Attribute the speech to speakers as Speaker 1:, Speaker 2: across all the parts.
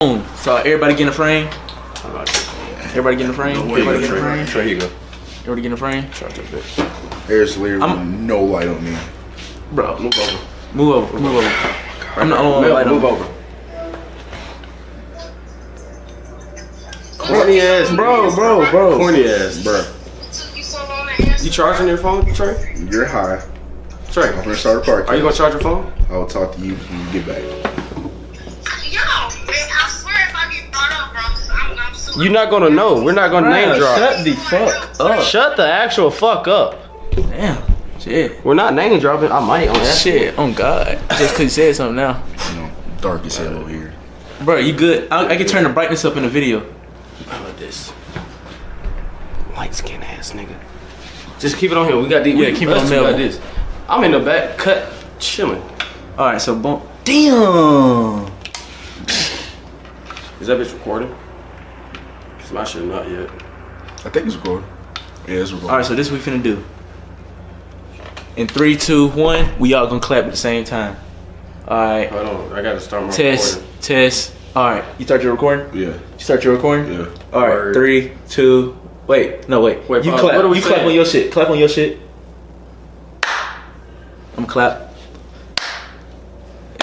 Speaker 1: Boom. So everybody get in a frame. Everybody get in a frame. Everybody get in a frame.
Speaker 2: Trey, here you go.
Speaker 1: Everybody get in a frame.
Speaker 2: Charge up
Speaker 3: There's literally
Speaker 1: I'm-
Speaker 3: no light on me.
Speaker 1: Bro, move over. Move over. Move over. I'm the only one with
Speaker 2: Move,
Speaker 1: light
Speaker 2: move
Speaker 1: on.
Speaker 2: over. Corny ass,
Speaker 1: Bro, bro, bro.
Speaker 2: Corny ass, bro.
Speaker 4: took you so long to answer.
Speaker 2: You charging your phone, Trey?
Speaker 3: You're high. I'm
Speaker 2: Trey,
Speaker 3: gonna start a party.
Speaker 2: are you gonna charge your phone?
Speaker 3: I'll talk to you when you get back.
Speaker 4: Yo, man, I swear if I get brought up, bro, I'm, I'm super.
Speaker 5: You're not gonna know. We're not gonna name drop.
Speaker 2: Shut the fuck.
Speaker 1: Up.
Speaker 5: Shut the actual fuck up.
Speaker 1: Damn. Shit.
Speaker 5: We're not name dropping. I might on that.
Speaker 1: Shit. On God. Just cause you said something now.
Speaker 3: You know, dark as hell over here.
Speaker 1: Bro, you good? I, I can turn the brightness up in the video.
Speaker 5: this. Light skin ass nigga. Just keep it on here. We got the
Speaker 1: Yeah,
Speaker 5: we-
Speaker 1: keep it
Speaker 5: us
Speaker 1: on
Speaker 5: two
Speaker 1: Melvin.
Speaker 5: got this. I'm in the back cut chilling.
Speaker 1: All right. So boom. Damn.
Speaker 2: Is that bitch recording? Cause my shit not yet.
Speaker 3: I think it's recorded. Yeah, it's recorded.
Speaker 1: All right. So this we finna do. In three, two, one, we all gonna clap at the same time. All right.
Speaker 2: Hold on, I gotta start my
Speaker 1: Test.
Speaker 2: recording.
Speaker 1: Test. All right. You start your recording.
Speaker 3: Yeah.
Speaker 1: You start your recording?
Speaker 3: Yeah.
Speaker 1: All right,
Speaker 2: Word.
Speaker 1: three, two, wait, no, wait.
Speaker 2: Wait,
Speaker 1: you
Speaker 2: pause.
Speaker 1: clap.
Speaker 2: What are we
Speaker 1: you clap
Speaker 2: saying?
Speaker 1: on your shit. Clap on your shit. I'm clap.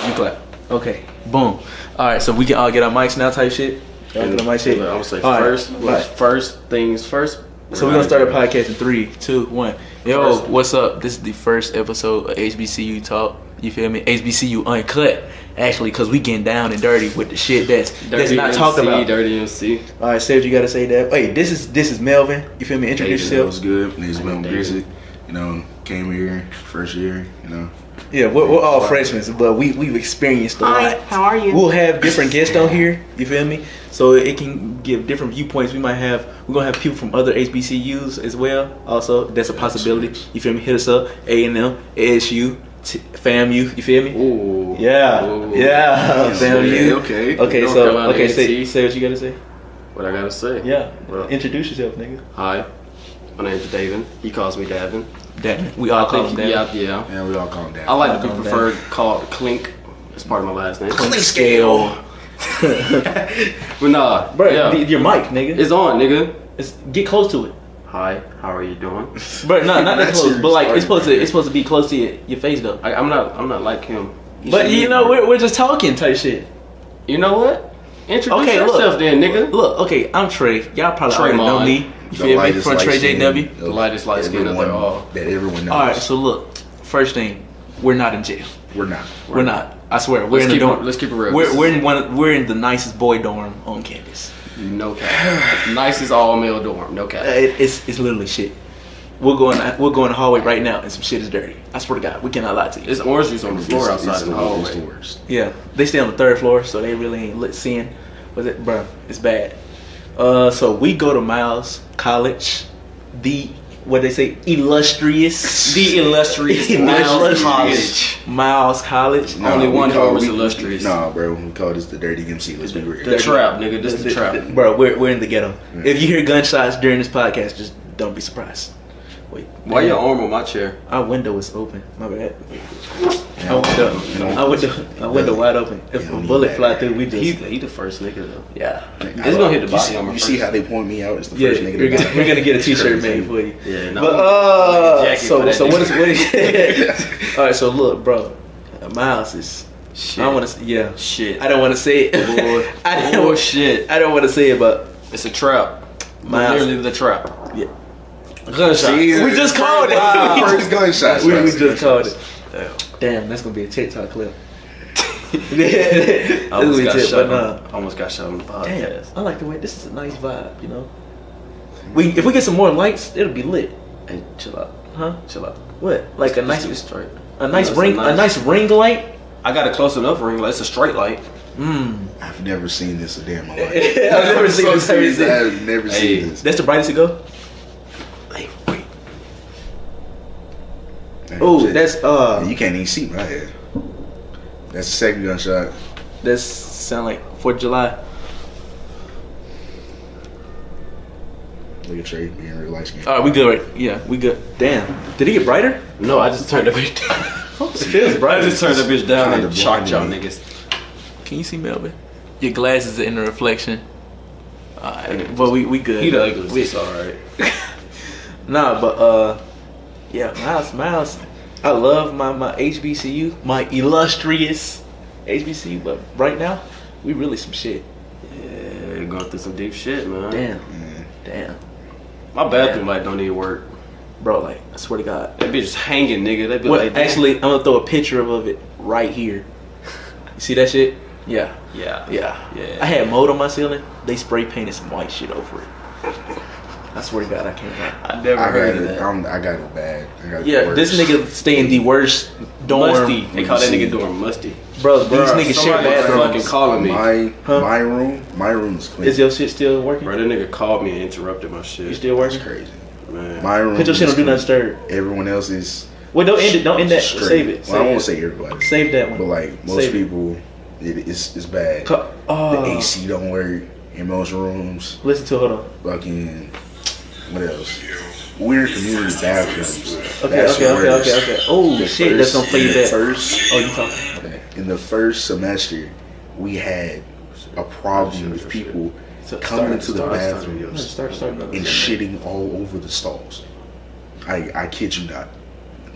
Speaker 1: You clap. Okay. Boom. All right, so we can all get our mics now, type shit. Y'all get our mic shit.
Speaker 2: I'm gonna say
Speaker 1: All right,
Speaker 2: first,
Speaker 1: all
Speaker 2: what's
Speaker 1: right.
Speaker 2: first things first.
Speaker 1: So we're gonna start a
Speaker 2: not-
Speaker 1: podcast in three, two, one. Yo,
Speaker 2: First.
Speaker 1: what's up? This is the first episode of HBCU Talk. You feel me? HBCU Uncut, actually, cause we getting down and dirty with the shit that's that's
Speaker 2: Dirty
Speaker 1: not talked
Speaker 2: MC,
Speaker 1: about.
Speaker 2: Dirty MC.
Speaker 1: All right, Sage, you gotta say that. Hey, this is this is Melvin. You feel me? Introduce
Speaker 3: It was
Speaker 1: yourself.
Speaker 3: good. Niggas went
Speaker 2: David.
Speaker 3: busy. You know, came here first year. You know,
Speaker 1: Yeah, we're, we're all freshmen, but we we've experienced a
Speaker 6: Hi,
Speaker 1: lot.
Speaker 6: how are you?
Speaker 1: We'll have different guests on here. You feel me? So it can give different viewpoints. We might have we're gonna have people from other HBCUs as well. Also, that's a possibility. You feel me? Hit us up. A and M, ASU, T- FAMU. You feel me?
Speaker 2: Ooh.
Speaker 1: Yeah,
Speaker 2: Ooh.
Speaker 1: yeah, FAMU.
Speaker 3: okay.
Speaker 1: Okay,
Speaker 2: North
Speaker 1: so
Speaker 2: Carolina
Speaker 1: okay, say
Speaker 2: AT.
Speaker 1: say what you gotta say.
Speaker 2: What I gotta say?
Speaker 1: Yeah,
Speaker 2: Well.
Speaker 1: introduce yourself, nigga.
Speaker 2: Hi, my name's Davin. He calls me Davin.
Speaker 1: That we all call him
Speaker 2: Think-
Speaker 1: that.
Speaker 2: Yeah, yeah.
Speaker 3: And we all calm down.
Speaker 2: I like to be
Speaker 1: Calm down.
Speaker 2: preferred called Clink. It's part of my last name.
Speaker 1: Clink scale.
Speaker 2: But nah,
Speaker 1: Bro,
Speaker 2: yeah.
Speaker 1: the- your mic, nigga.
Speaker 2: it's on, nigga.
Speaker 1: It's, get close to it.
Speaker 2: Hi, how are you doing?
Speaker 1: But no, not that
Speaker 3: That's
Speaker 1: close.
Speaker 3: your
Speaker 1: But like, it's
Speaker 3: starting
Speaker 1: supposed to, it's supposed to be close to your, your face though.
Speaker 2: I, I'm not, I'm not like him.
Speaker 1: But
Speaker 2: should
Speaker 1: you
Speaker 2: be-
Speaker 1: know, we're, we're just talking type shit.
Speaker 2: you know what? Introduce
Speaker 1: Okay, look.
Speaker 2: yourself then, nigga.
Speaker 1: Look, okay, I'm Trey. Y'all probably already
Speaker 2: Traymon.
Speaker 1: know me. You feel me? From Trey JW.
Speaker 3: W.
Speaker 2: The lightest light skin of them all.
Speaker 3: That everyone knows.
Speaker 1: All right, so look. First thing, we're not in jail.
Speaker 3: we're not.
Speaker 1: We're not. I swear, we're
Speaker 2: Let's
Speaker 1: in the
Speaker 2: keep it-
Speaker 1: dorm.
Speaker 2: let's keep it real. This
Speaker 1: We're,
Speaker 2: is-
Speaker 1: we're in one. We're in the nicest boy dorm on campus.
Speaker 2: No cap. Nicest all male dorm. No cap.
Speaker 1: Uh, it- it's it's literally shit. We'll go in. the- We'll go in the hallway right now, and some shit is dirty. I swear to God, we cannot lie to you.
Speaker 2: It's orange juice on the floor
Speaker 3: It's-
Speaker 2: outside
Speaker 3: it's
Speaker 2: in the
Speaker 3: worst, it's
Speaker 2: hallway.
Speaker 3: the worst.
Speaker 1: Yeah, they stay on the third floor, so they really ain't lit seeing. Was it, bruh? It's bad. Uh, so we go to Miles College, the what they say, illustrious,
Speaker 2: The illustrious Miles
Speaker 1: Illustrious
Speaker 2: College.
Speaker 1: Miles College.
Speaker 3: Nah,
Speaker 2: Only
Speaker 3: we
Speaker 2: one
Speaker 3: call-
Speaker 2: dorm is
Speaker 3: we-
Speaker 2: illustrious.
Speaker 3: Nah, bro, we call this the dirty MC. Let's be real.
Speaker 2: The trap, nigga. This the trap. Mm.
Speaker 1: bro. We're, we're in the ghetto. If you hear gunshots during this podcast, just don't be surprised. Wait,
Speaker 2: Why your arm on my chair?
Speaker 1: Our window is open. My bad.
Speaker 3: You
Speaker 1: Our
Speaker 3: know,
Speaker 1: window,
Speaker 3: you know,
Speaker 1: our window, our window wide open. If a bullet fly through, we
Speaker 2: He,
Speaker 1: just
Speaker 2: he the first nigga though.
Speaker 1: yeah.
Speaker 2: It's gonna hit the
Speaker 3: You
Speaker 2: body
Speaker 3: see-
Speaker 2: armor
Speaker 3: You
Speaker 2: first.
Speaker 3: see how they point me out? It's the
Speaker 1: Yeah,
Speaker 3: first nigga.
Speaker 1: we're
Speaker 3: that
Speaker 1: gonna,
Speaker 3: got
Speaker 1: we're gonna get a
Speaker 3: It's
Speaker 1: T-shirt
Speaker 3: crazy.
Speaker 1: made for you.
Speaker 2: Yeah, no,
Speaker 1: but
Speaker 2: I'm
Speaker 1: uh,
Speaker 2: jacket for
Speaker 1: so
Speaker 2: that
Speaker 1: so
Speaker 2: nigga.
Speaker 1: what is what is? all right, so look, bro, Miles is.
Speaker 2: Shit.
Speaker 1: I don't want to. Yeah,
Speaker 2: Shit.
Speaker 1: I don't want to say it.
Speaker 2: Boy.
Speaker 1: I don't.
Speaker 2: shit.
Speaker 1: I don't want to say it, but
Speaker 2: It's a trap.
Speaker 1: Miles.
Speaker 2: Literally the trap.
Speaker 1: Yeah.
Speaker 2: Gunshots.
Speaker 1: we just called it.
Speaker 3: First gunshots.
Speaker 1: we,
Speaker 3: right?
Speaker 1: we just called it. Damn, that's gonna be a TikTok clip. That's
Speaker 2: I
Speaker 1: gonna
Speaker 2: almost
Speaker 1: be a
Speaker 2: got
Speaker 1: tip,
Speaker 2: shot.
Speaker 1: but nah.
Speaker 2: on- I almost got shot on the
Speaker 1: Damn,
Speaker 2: podcast.
Speaker 1: I like the way this is a nice vibe, you know. We if we get some more lights, it'll be lit,
Speaker 2: Hey, chill out.
Speaker 1: huh?
Speaker 2: Chill out.
Speaker 1: What? Like a nice,
Speaker 2: Let's do it straight.
Speaker 1: a nice
Speaker 2: No, it's
Speaker 1: ring, a nice ring light.
Speaker 2: I got a close enough ring. light. It's a straight light.
Speaker 1: Mm.
Speaker 3: I've never seen this a day in my
Speaker 1: I've
Speaker 3: life.
Speaker 1: never seen
Speaker 3: So
Speaker 1: this. I've never seen this.
Speaker 3: serious, I've never
Speaker 2: Hey.
Speaker 3: seen this.
Speaker 1: That's the brightest it go.
Speaker 3: That
Speaker 1: Oh,
Speaker 3: shit.
Speaker 1: that's uh,
Speaker 3: you can't even see my head. That's the second gunshot.
Speaker 1: that's sound like Fourth of July.
Speaker 3: Look at Trey being real light skinned.
Speaker 1: All right, we good, right? Yeah, we good. Damn, did it get brighter?
Speaker 2: No, I just turned the bitch down.
Speaker 1: It feels
Speaker 2: I
Speaker 1: brighter.
Speaker 2: just turned the bitch down
Speaker 3: Kinda
Speaker 2: and shocked y'all
Speaker 3: blinding
Speaker 2: niggas.
Speaker 1: Can you see Melvin? Your glasses in the reflection. Alright, but we we good.
Speaker 2: He the ugliest.
Speaker 1: We-
Speaker 2: It's all right.
Speaker 1: Nah, but uh, yeah, Miles, Miles, I love my my HBCU, my illustrious HBCU, but right now we really some shit.
Speaker 2: Yeah, going through some deep shit, man.
Speaker 1: Damn, damn,
Speaker 2: My bathroom
Speaker 1: Damn.
Speaker 2: light don't even work.
Speaker 1: bro, like I swear to God.
Speaker 2: That bitch is hanging, nigga. That bitch
Speaker 1: Well,
Speaker 2: like that.
Speaker 1: actually, I'm gonna throw a picture of, of it right here. You see that shit? Yeah,
Speaker 2: Yeah.
Speaker 1: yeah,
Speaker 2: Yeah.
Speaker 1: I had mold on my ceiling. They spray painted some white shit over it. I swear to God, I can't. lie.
Speaker 2: I never
Speaker 3: I
Speaker 2: heard
Speaker 3: got
Speaker 2: of
Speaker 3: it.
Speaker 2: that.
Speaker 3: I'm, I got it bad. I got it
Speaker 1: Yeah,
Speaker 3: worse.
Speaker 1: this nigga stay in the worst dorm,
Speaker 2: musty. They call that nigga
Speaker 3: Dorm.
Speaker 2: dorm musty.
Speaker 1: bro. These
Speaker 2: Bruh,
Speaker 1: niggas share
Speaker 2: somebody fucking
Speaker 1: bathrooms.
Speaker 2: calling me.
Speaker 3: My
Speaker 1: Huh?
Speaker 3: my room, my room is clean.
Speaker 1: Is your shit still working?
Speaker 2: Bro, that nigga called me and interrupted my shit.
Speaker 1: You still
Speaker 3: It's
Speaker 1: working?
Speaker 3: crazy.
Speaker 2: man.
Speaker 3: My room.
Speaker 1: Put your shit
Speaker 3: is
Speaker 1: on do
Speaker 3: clean.
Speaker 1: not disturb.
Speaker 3: Everyone else is.
Speaker 1: Wait, don't end it. Don't end that.
Speaker 3: straight.
Speaker 1: Save it.
Speaker 3: Well, I
Speaker 1: Save
Speaker 3: won't
Speaker 1: it.
Speaker 3: say everybody,
Speaker 1: Save that one.
Speaker 3: but like most
Speaker 1: Save it.
Speaker 3: people, it, it's it's bad.
Speaker 1: Co-
Speaker 3: the
Speaker 1: oh,
Speaker 3: AC don't work in most rooms.
Speaker 1: Listen to hold on.
Speaker 3: Fucking what else? Weird community bathrooms.
Speaker 1: Okay,
Speaker 3: That's
Speaker 1: okay, okay,
Speaker 3: worse.
Speaker 1: okay, okay. Oh
Speaker 3: The
Speaker 1: shit, that's
Speaker 3: first-
Speaker 1: gonna play you
Speaker 3: the
Speaker 1: back.
Speaker 3: First,
Speaker 1: Oh, you talking?
Speaker 3: in the first semester, we had a problem with people
Speaker 1: So, start,
Speaker 3: coming into the
Speaker 2: start, start,
Speaker 3: bathroom
Speaker 2: yeah.
Speaker 1: start, start.
Speaker 3: and shitting all over the stalls. I I kid you not.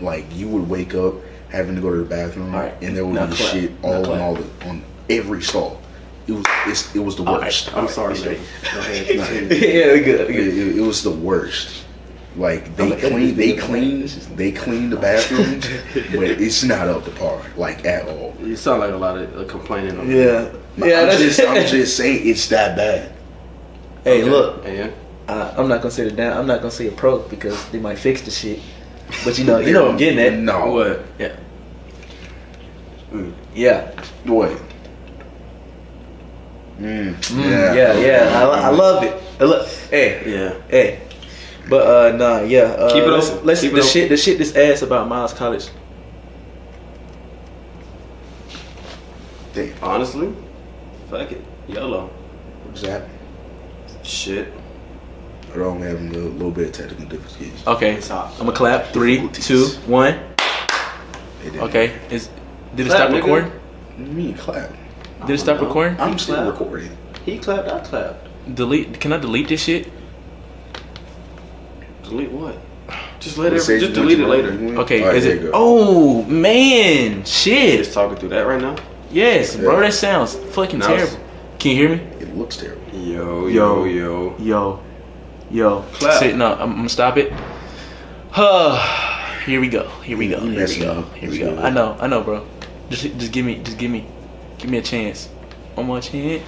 Speaker 3: Like you would wake up having to go to the bathroom,
Speaker 1: All right.
Speaker 3: and there would
Speaker 1: Now
Speaker 3: be
Speaker 1: clap.
Speaker 3: shit
Speaker 1: Now
Speaker 3: all on
Speaker 1: clap.
Speaker 3: all the, on every stall. It was it's, it was the
Speaker 1: All right.
Speaker 3: worst.
Speaker 2: I'm sorry,
Speaker 1: Alright,
Speaker 2: nigga. Go ahead.
Speaker 1: yeah,
Speaker 2: continue.
Speaker 1: we good. we
Speaker 3: It,
Speaker 1: good.
Speaker 3: it- it was the worst. Like they
Speaker 1: I'm like,
Speaker 3: clean, they
Speaker 1: everything-
Speaker 3: clean,
Speaker 1: this is-
Speaker 3: they clean the bathrooms, but it's not up to par, like at all.
Speaker 2: You sound like a lot of uh, complaining. On
Speaker 1: Yeah, yeah.
Speaker 3: I'm
Speaker 1: That's
Speaker 3: just, I'm just saying it's that bad.
Speaker 1: Hey, look,
Speaker 2: And
Speaker 1: I, I'm not gonna say the down. I'm not gonna say a pro because they might fix the shit. But you know, you know, what I'm getting at.
Speaker 3: No,
Speaker 2: Oh, what?
Speaker 1: Yeah.
Speaker 2: Mm.
Speaker 1: Yeah.
Speaker 3: What? Mm,
Speaker 1: Mm, yeah. Yeah. I, I
Speaker 2: Mm-hmm.
Speaker 1: love it. I lo- hey.
Speaker 2: Yeah.
Speaker 1: Hey, but uh, nah, yeah. Uh,
Speaker 2: Keep it
Speaker 1: let's,
Speaker 2: open.
Speaker 1: Let's
Speaker 2: Keep it
Speaker 1: the
Speaker 2: open.
Speaker 1: shit. The shit. This ass about Miles College.
Speaker 3: Damn,
Speaker 2: Honestly, fuck it. Yellow.
Speaker 3: what's that?
Speaker 2: Shit.
Speaker 3: I don't have a little, little bit of technical difficulties.
Speaker 1: Okay,
Speaker 2: It's hot.
Speaker 1: I'm gonna clap. Three, two, one.
Speaker 3: It didn't-
Speaker 1: Okay, is did it stop
Speaker 2: Clap, nigga.
Speaker 1: recording?
Speaker 3: What do you mean clap?
Speaker 1: Did it stop
Speaker 2: No.
Speaker 1: recording?
Speaker 3: I'm still
Speaker 2: Clap.
Speaker 3: recording.
Speaker 2: He clapped. I clapped.
Speaker 1: Delete. Can I delete this shit?
Speaker 2: Delete what? Just let
Speaker 3: It
Speaker 2: it.
Speaker 3: says
Speaker 2: Just
Speaker 3: you
Speaker 2: delete it
Speaker 3: went to
Speaker 2: later.
Speaker 3: wrong-
Speaker 1: Okay,
Speaker 3: Alright,
Speaker 1: is
Speaker 3: there
Speaker 1: it?
Speaker 3: you go.
Speaker 1: Oh man,
Speaker 2: Just
Speaker 1: shit.
Speaker 2: talking through that right now.
Speaker 1: Yes, bro,
Speaker 3: Yeah.
Speaker 1: that sounds fucking
Speaker 2: Now it's-
Speaker 1: terrible. Can you hear me?
Speaker 3: It looks terrible.
Speaker 2: Yo,
Speaker 1: Yo.
Speaker 2: yo, yo.
Speaker 1: Yo, yo.
Speaker 2: Clap.
Speaker 1: Sit- no, I'm, I'm gonna stop it. Huh. Here we go. Here we go.
Speaker 3: You
Speaker 1: Here we
Speaker 3: messing
Speaker 1: go.
Speaker 3: up.
Speaker 1: Here we
Speaker 3: It's
Speaker 1: go.
Speaker 3: good.
Speaker 1: I know. I know, bro. Just, just give me, just give me, give me a chance. One more chance.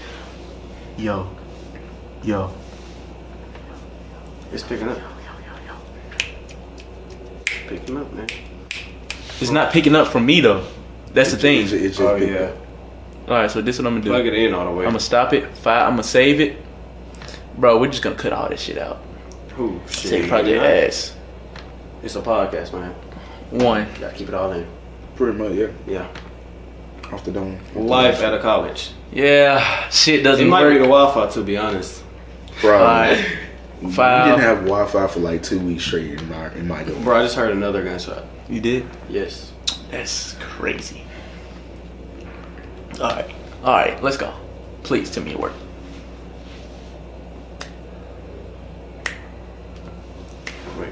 Speaker 1: Yo, yo.
Speaker 2: It's picking up. Picking up, man.
Speaker 1: It's not picking up from me though. That's the
Speaker 3: It's,
Speaker 1: thing.
Speaker 3: it's just
Speaker 2: Oh
Speaker 3: big-
Speaker 2: yeah.
Speaker 1: All right, so this is what I'm gonna do.
Speaker 2: Plug it in all the way.
Speaker 1: I'm gonna stop it. Five. I'm gonna save it. Bro, we're just gonna cut all this shit out.
Speaker 2: Who? Shit.
Speaker 1: Take Project Ass.
Speaker 2: It's a podcast, man.
Speaker 1: One.
Speaker 2: You gotta keep it all in.
Speaker 3: pretty much yeah.
Speaker 2: Yeah.
Speaker 3: Off the dome.
Speaker 2: Life at a college.
Speaker 1: Yeah. Shit
Speaker 2: It
Speaker 1: doesn't
Speaker 2: might be the
Speaker 1: work.
Speaker 2: Wi-Fi, to be honest.
Speaker 1: All
Speaker 3: Bro,
Speaker 1: right.
Speaker 3: we didn't
Speaker 1: Five.
Speaker 3: have Wi-Fi for like two weeks straight in my in my dorm.
Speaker 2: Bro, I just heard another gunshot.
Speaker 1: You did.
Speaker 2: Yes.
Speaker 1: That's crazy. All right, all right, let's go. Please tell me it worked.
Speaker 2: Wait.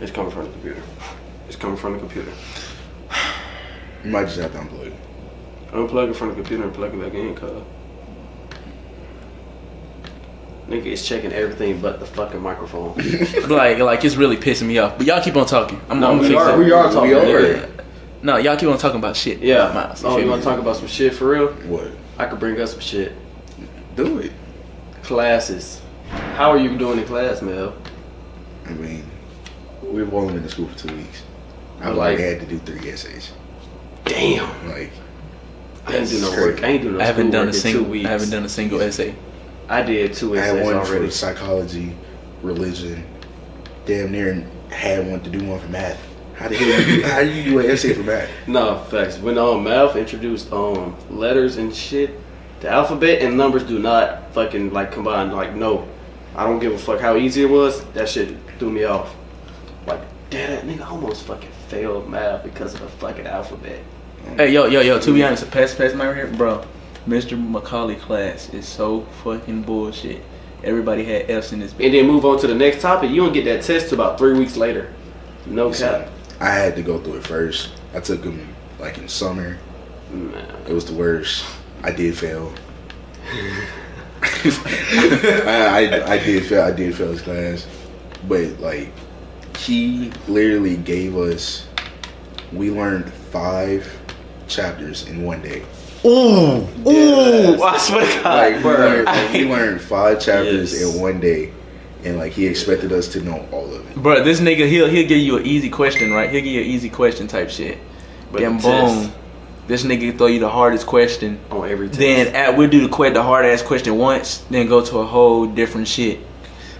Speaker 2: It's coming from the computer. It's coming from the computer.
Speaker 3: You might just have to unplug. it.
Speaker 2: Unplug it from the computer and plug it back in, cuz. Nigga is checking everything but the fucking microphone.
Speaker 1: Like, like it's really pissing me off. But y'all keep on talking. I'm,
Speaker 2: No,
Speaker 1: I'm
Speaker 2: we
Speaker 1: gonna fix
Speaker 2: are-
Speaker 1: it.
Speaker 2: we are talking,
Speaker 1: Yeah.
Speaker 2: yeah.
Speaker 1: No, y'all keep on talking about shit.
Speaker 2: Yeah.
Speaker 1: Miles, you
Speaker 2: oh,
Speaker 1: feel
Speaker 2: you
Speaker 1: me?
Speaker 2: wanna talk about some shit for real?
Speaker 3: What?
Speaker 2: I could bring up some shit.
Speaker 3: Do it.
Speaker 2: Classes. How are you doing in class, Mel?
Speaker 3: I mean, we've only been to school for two weeks. I've
Speaker 2: But,
Speaker 3: like,
Speaker 2: like-
Speaker 3: had to do three essays.
Speaker 2: Damn.
Speaker 3: Like,
Speaker 2: I ain't do no
Speaker 3: That's
Speaker 2: work.
Speaker 3: crazy.
Speaker 2: I ain't do no
Speaker 1: I haven't
Speaker 2: schoolwork
Speaker 1: done a
Speaker 2: in two
Speaker 1: single.
Speaker 2: weeks.
Speaker 1: I haven't done a single essay.
Speaker 2: I did two
Speaker 3: I had
Speaker 2: essays
Speaker 3: one
Speaker 2: already.
Speaker 3: for psychology, religion. Damn near had one to do one for math. How the hell you do, how do you do an essay for math?
Speaker 2: No, facts. When um Mouth introduced um letters and shit, the alphabet and numbers do not fucking like combine. Like no, I don't give a fuck how easy it was. That shit threw me off. Like damn, that nigga almost fucking failed math because of the fucking alphabet.
Speaker 1: Hey, yo, yo, yo. To be honest, pass, pass my right here, bro. Mr. Macaulay class is so fucking bullshit. Everybody had F's in this. bitch.
Speaker 2: and then move on to the next topic. You don't get that test till about three weeks later. No cap.
Speaker 3: So, I had to go through it first. I took them like in summer.
Speaker 2: Man.
Speaker 3: It was the worst. I did fail. I, I, I did fail. I did fail this class, but like he literally gave us. We learned five chapters in one day.
Speaker 5: Ooh,
Speaker 2: Dead
Speaker 5: ooh! I
Speaker 2: ass.
Speaker 5: swear to God,
Speaker 3: Like we learned,
Speaker 5: I-
Speaker 3: we learned five chapters
Speaker 2: Yes.
Speaker 3: in one day, and like he expected us to know all of it.
Speaker 1: Bro, this nigga, he'll he'll give you an easy question, right? He'll give you an easy question type shit.
Speaker 2: But
Speaker 1: then
Speaker 2: the
Speaker 1: boom,
Speaker 2: test-
Speaker 1: this nigga throw you the hardest question.
Speaker 2: on every test.
Speaker 1: Then at we'll do the que- the hard ass question once, then go to a whole different shit.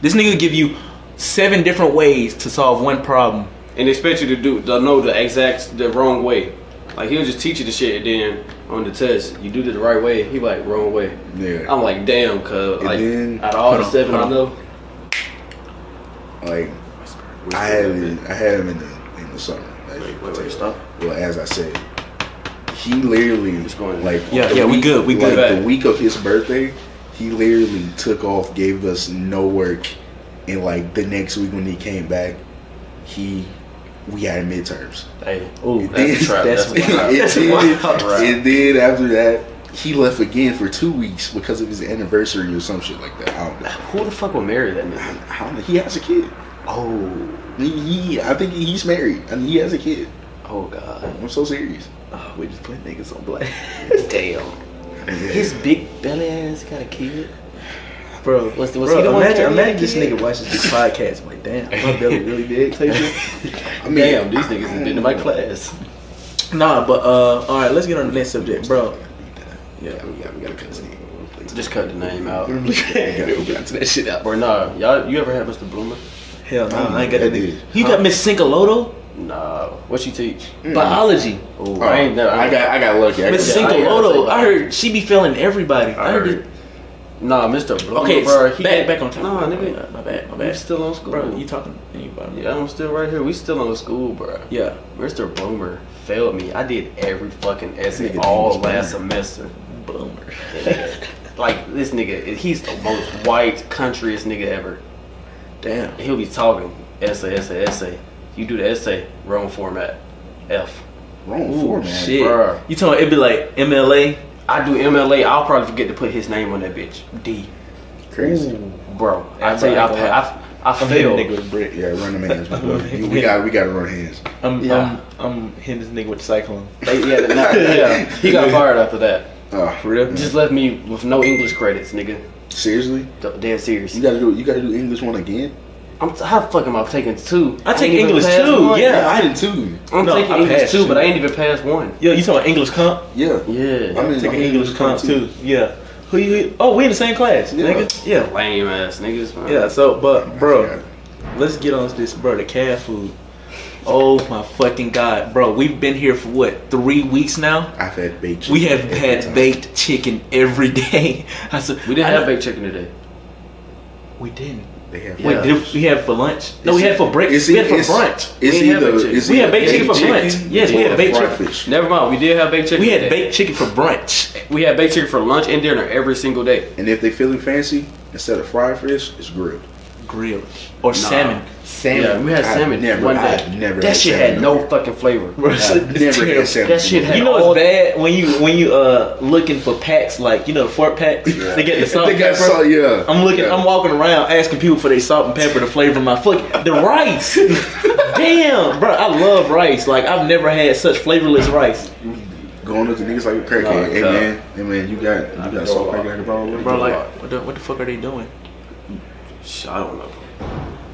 Speaker 1: This nigga give you seven different ways to solve one problem.
Speaker 2: and expect you to do to know the exact the wrong way. Like he'll just teach you the shit, and then on the test you do it the right way. He like wrong way.
Speaker 3: Yeah,
Speaker 2: I'm like damn, cause
Speaker 3: And
Speaker 2: like
Speaker 3: then-
Speaker 2: out of all
Speaker 1: Hold
Speaker 2: the
Speaker 1: on,
Speaker 2: seven
Speaker 1: hold
Speaker 2: I
Speaker 1: on.
Speaker 2: know,
Speaker 3: like I had it, I had him in the in the summer. Like,
Speaker 2: Wait, wait, wait, stop.
Speaker 3: Well, as I said, he literally
Speaker 2: It's going-
Speaker 3: like
Speaker 1: Yeah,
Speaker 3: the
Speaker 1: yeah, we
Speaker 3: week-
Speaker 1: good, we
Speaker 3: like,
Speaker 2: good.
Speaker 3: the week of his birthday, he literally took off, gave us no work, and like the next week when he came back, he we had midterms.
Speaker 2: Hey,
Speaker 1: Ooh,
Speaker 3: It
Speaker 2: that's
Speaker 3: did-
Speaker 2: a trap.
Speaker 1: that's-
Speaker 2: That's,
Speaker 3: it,
Speaker 2: a trap.
Speaker 1: That's
Speaker 3: did,
Speaker 1: wild.
Speaker 3: it did after that. He left again for two weeks because of his anniversary or some shit like that. I don't know.
Speaker 2: Who the fuck would marry that nigga?
Speaker 3: I don't know. He has a kid.
Speaker 2: Oh,
Speaker 3: He, he- I think he's married and he has a kid.
Speaker 2: oh god.
Speaker 3: I'm so serious.
Speaker 2: Oh, we just put niggas on blast. damn. His big belly ass got a kid.
Speaker 1: Bro,
Speaker 2: Was- was
Speaker 1: bro,
Speaker 2: he the one
Speaker 1: imagine,
Speaker 2: carrying
Speaker 1: imagine
Speaker 2: that
Speaker 1: this
Speaker 2: kid?
Speaker 1: nigga watches this podcast. Like, damn, my belly really big. type shit.
Speaker 3: I
Speaker 2: Damn, these niggas has been in my class.
Speaker 1: Nah, but uh, all right, let's get on the next subject, bro.
Speaker 3: Yeah, we got, we got to cut it.
Speaker 2: Just cut the name out.
Speaker 3: that shit out.
Speaker 2: Or nah, y'all, you ever had Mr. Bloomer?
Speaker 1: Hell no, I ain't got that
Speaker 3: That
Speaker 1: nigga.
Speaker 3: is-
Speaker 1: You got Miss Cincoloto?
Speaker 2: Nah. What she teach?
Speaker 1: Biology.
Speaker 2: Oh,
Speaker 3: I, got Mm. I got lucky. I
Speaker 1: Miss
Speaker 2: Yeah, I
Speaker 3: got
Speaker 2: ain't gotta
Speaker 1: Cincoloto.
Speaker 2: say
Speaker 1: I heard she be failing everybody. I heard. it-
Speaker 2: Nah, Mr. Bloomer,
Speaker 1: Okay,
Speaker 2: bro.
Speaker 1: bro,
Speaker 2: He
Speaker 1: back,
Speaker 2: got-
Speaker 1: back on time.
Speaker 2: Nah,
Speaker 1: My
Speaker 2: nigga.
Speaker 1: bad, My bad, my
Speaker 2: We
Speaker 1: bad.
Speaker 2: still on school.
Speaker 1: Bro, you talking to anybody?
Speaker 2: yeah, I'm still right here. We still on school, bro.
Speaker 1: Yeah.
Speaker 2: Mr. Bloomer failed me. I did every fucking essay
Speaker 3: Nigga,
Speaker 2: all
Speaker 3: James
Speaker 2: last semester.
Speaker 1: Boomer.
Speaker 2: Like this nigga, he's the most white countryest nigga ever.
Speaker 1: Damn.
Speaker 2: He'll be talking essay, essay, essay. You do the essay wrong format. F.
Speaker 3: wrong
Speaker 1: Ooh,
Speaker 3: format.
Speaker 1: shit.
Speaker 2: Bruh.
Speaker 1: You talking? It'd be like MLA.
Speaker 2: I do MLA. I'll probably forget to put his name on that bitch. D.
Speaker 3: Crazy.
Speaker 2: Bro, I
Speaker 1: Yeah,
Speaker 2: tell you,
Speaker 1: bro,
Speaker 2: I,
Speaker 1: I go
Speaker 2: pa- I, I
Speaker 1: I'm hitting nigga
Speaker 2: failed.
Speaker 1: with brick.
Speaker 3: Yeah, run the hands, my boy. You- we got we got to run hands.
Speaker 1: I'm,
Speaker 2: Yeah.
Speaker 1: I'm, I'm hitting this nigga with the cyclone.
Speaker 2: They- yeah, they- nah, yeah, he got fired after that.
Speaker 3: Oh,
Speaker 1: For real?
Speaker 2: Just left me with no English credits, nigga.
Speaker 3: seriously?
Speaker 2: D- Damn serious.
Speaker 3: You got to do you got to do English one again?
Speaker 2: I'm t- how the fuck am I taking two?
Speaker 1: I take
Speaker 2: ain't even
Speaker 1: English
Speaker 2: passed
Speaker 1: two,
Speaker 2: one.
Speaker 1: yeah.
Speaker 3: I did too.
Speaker 2: I'm
Speaker 1: No,
Speaker 2: taking
Speaker 1: I
Speaker 2: English
Speaker 1: passed
Speaker 2: two,
Speaker 1: two.
Speaker 2: but I ain't even passed one.
Speaker 1: Yo, you talking English comp?
Speaker 3: Yeah.
Speaker 2: Yeah,
Speaker 3: I mean,
Speaker 1: Taking
Speaker 3: I'm
Speaker 1: English comp too. Yeah. Who you? Oh, we in the same class,
Speaker 3: Yeah.
Speaker 1: nigga. Yeah.
Speaker 2: lame ass niggas. Man.
Speaker 1: Yeah. So, but bro,
Speaker 3: Yeah.
Speaker 1: let's get on this, bro. The cat food. Oh my fucking god, bro. We've been here for what three weeks now.
Speaker 3: I've had baked.
Speaker 1: We have
Speaker 3: chicken every
Speaker 1: had
Speaker 3: time.
Speaker 1: baked chicken every day. I said
Speaker 2: we didn't
Speaker 1: I
Speaker 2: have
Speaker 1: know-
Speaker 2: baked chicken today.
Speaker 1: We didn't.
Speaker 3: They have.
Speaker 1: Wait,
Speaker 2: Yeah.
Speaker 1: did we have for lunch? No, we had for breakfast.
Speaker 3: It's-
Speaker 1: We had for
Speaker 3: it's-
Speaker 1: brunch.
Speaker 3: It's
Speaker 2: We didn't have
Speaker 3: either
Speaker 2: baked chicken.
Speaker 3: it's
Speaker 1: We had
Speaker 3: either
Speaker 1: baked chicken for brunch.
Speaker 3: chicken
Speaker 1: Yes, we
Speaker 3: or
Speaker 1: had baked
Speaker 3: fried
Speaker 1: chicken.
Speaker 3: fish.
Speaker 2: Never mind, we did have baked chicken.
Speaker 1: We had
Speaker 2: today.
Speaker 1: baked chicken for brunch.
Speaker 2: We had baked chicken for lunch and dinner every single day.
Speaker 3: And if they feeling fancy, instead of fried fish, it's grilled.
Speaker 1: grilled or salmon. Salmon.
Speaker 2: Yeah, we had
Speaker 3: I've
Speaker 2: salmon
Speaker 3: never-
Speaker 2: one day.
Speaker 3: I've never
Speaker 2: that
Speaker 3: had
Speaker 2: shit
Speaker 3: salmon
Speaker 2: had no
Speaker 3: before.
Speaker 2: fucking flavor.
Speaker 1: Bro, it's-
Speaker 3: I've
Speaker 1: it's
Speaker 3: never
Speaker 1: terrible.
Speaker 3: had salmon.
Speaker 2: That shit
Speaker 3: before.
Speaker 2: had
Speaker 1: You know what's
Speaker 2: all-
Speaker 1: bad when you when you uh looking for packs like you know the fort packs
Speaker 3: Yeah.
Speaker 1: they get the
Speaker 3: If
Speaker 1: salt
Speaker 3: They
Speaker 1: and
Speaker 3: got
Speaker 1: pepper.
Speaker 3: salt. Yeah.
Speaker 1: I'm looking.
Speaker 3: Yeah.
Speaker 1: I'm walking around asking people for their salt and pepper to flavor my fuck the rice. Damn, bro, I love rice. Like I've never had such flavorless rice.
Speaker 3: going up to niggas like a crackhead.
Speaker 1: Oh,
Speaker 2: Nah,
Speaker 3: hey
Speaker 2: nah.
Speaker 3: man, hey man, you got you got salt pack in the bottle.
Speaker 1: Bro, like what the, what the fuck are they doing?
Speaker 2: Shit, I don't know.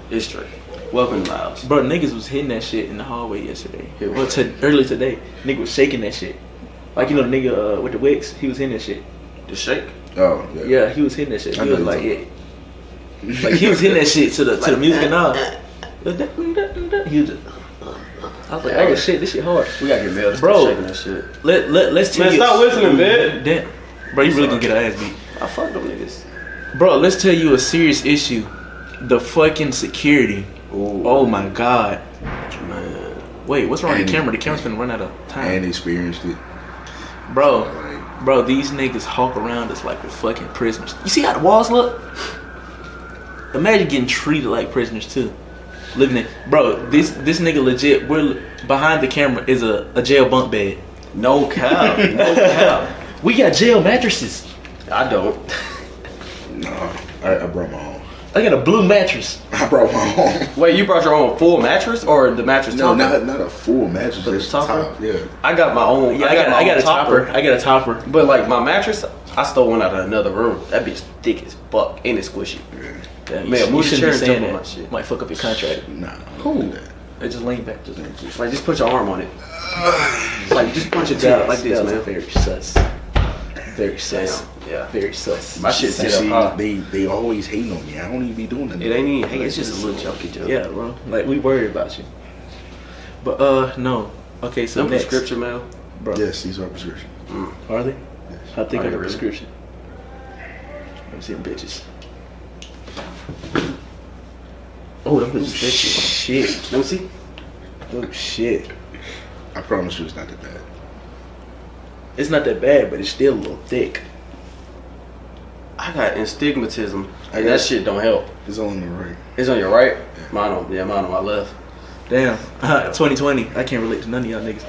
Speaker 2: It's straight. Welcome to my house.
Speaker 1: Bro, niggas was hitting that shit in the hallway yesterday. Well, to, early today, nigga was shaking that shit. Like you know, the nigga uh, with the wicks, he was hitting that shit.
Speaker 2: The shake.
Speaker 3: Oh yeah.
Speaker 1: Yeah, he was hitting that shit.
Speaker 3: I
Speaker 1: He
Speaker 3: know
Speaker 1: was
Speaker 3: you
Speaker 1: like, yeah.
Speaker 3: talking
Speaker 1: like he was hitting that shit to the to the music and all. He was just, I was like, oh shit, this shit hard.
Speaker 2: We gotta get mail. to
Speaker 1: Bro.
Speaker 2: stop Shaking that shit.
Speaker 1: Let let let's tell
Speaker 2: Man,
Speaker 1: you.
Speaker 2: stop listening, man.
Speaker 1: Damn, bro, you really gonna get our ass beat,
Speaker 2: I fucked them niggas.
Speaker 1: bro. Let's tell you a serious issue. The fucking security.
Speaker 2: Ooh.
Speaker 1: Oh my god,
Speaker 2: man.
Speaker 1: Wait, what's wrong with the
Speaker 3: And-
Speaker 1: camera? The camera's gonna run out of
Speaker 3: and
Speaker 1: time,
Speaker 3: experienced it.
Speaker 1: bro.
Speaker 3: Like,
Speaker 1: Bro, these niggas hawk around us like we're fucking prisoners. You see how the walls look? Imagine getting treated like prisoners too. Living in, bro, this this nigga legit. We're behind the camera is a, a jail bunk bed.
Speaker 2: No cap. No cap.
Speaker 1: We got jail mattresses.
Speaker 2: I don't.
Speaker 3: no, I, I brought my own.
Speaker 1: I got a blue mattress.
Speaker 3: I brought my own.
Speaker 2: Wait, you brought your own full mattress or the mattress
Speaker 3: No,
Speaker 2: topper?
Speaker 3: not not a full mattress,
Speaker 1: But
Speaker 3: just
Speaker 1: the topper?
Speaker 3: top. Yeah,
Speaker 2: I got my own.
Speaker 1: Yeah, I got
Speaker 2: my
Speaker 1: I got a
Speaker 2: own
Speaker 1: topper. I got a topper.
Speaker 2: But like my mattress, I stole one out of another room. That bitch thick as fuck and it's squishy.
Speaker 1: Damn,
Speaker 2: Man,
Speaker 1: you,
Speaker 2: move
Speaker 1: you
Speaker 2: your
Speaker 1: shouldn't
Speaker 2: chair
Speaker 1: be
Speaker 2: and
Speaker 1: saying
Speaker 2: jump on
Speaker 1: that.
Speaker 2: my shit.
Speaker 1: Might fuck up your contract.
Speaker 3: nah. I don't
Speaker 2: Cool.
Speaker 3: do that.
Speaker 1: It just lean back. Just
Speaker 2: Like just put your arm on it. Like just punch it down like this, man.
Speaker 1: Very sus. Very sus.
Speaker 2: Damn, yeah.
Speaker 1: Very sus.
Speaker 2: My
Speaker 3: You
Speaker 2: shit sit
Speaker 3: see,
Speaker 2: up high.
Speaker 3: they they always hating on me. I don't even be doing that.
Speaker 2: It ain't even. Hey, it's just a little junky joke.
Speaker 1: Yeah, bro. Like we worried about you. But uh, no. Okay, so
Speaker 2: Some
Speaker 1: next,
Speaker 2: prescription mail.
Speaker 1: bro.
Speaker 3: Yes, these are prescription.
Speaker 1: Are they? How thick
Speaker 2: Are
Speaker 1: are
Speaker 2: they
Speaker 1: the
Speaker 2: really?
Speaker 1: prescription? Let me see them bitches. Oh, them bitches thick. Shit.
Speaker 2: Let me see.
Speaker 1: Oh shit.
Speaker 3: I promise you, it's not that bad.
Speaker 1: It's not that bad, but it's still a little thick.
Speaker 2: I got astigmatism.
Speaker 3: I
Speaker 2: and
Speaker 3: got-
Speaker 2: that shit don't help.
Speaker 3: It's on the right.
Speaker 2: It's on your right. Mine on yeah, mine on my left.
Speaker 1: Damn. 2020. I can't relate to none of y'all niggas.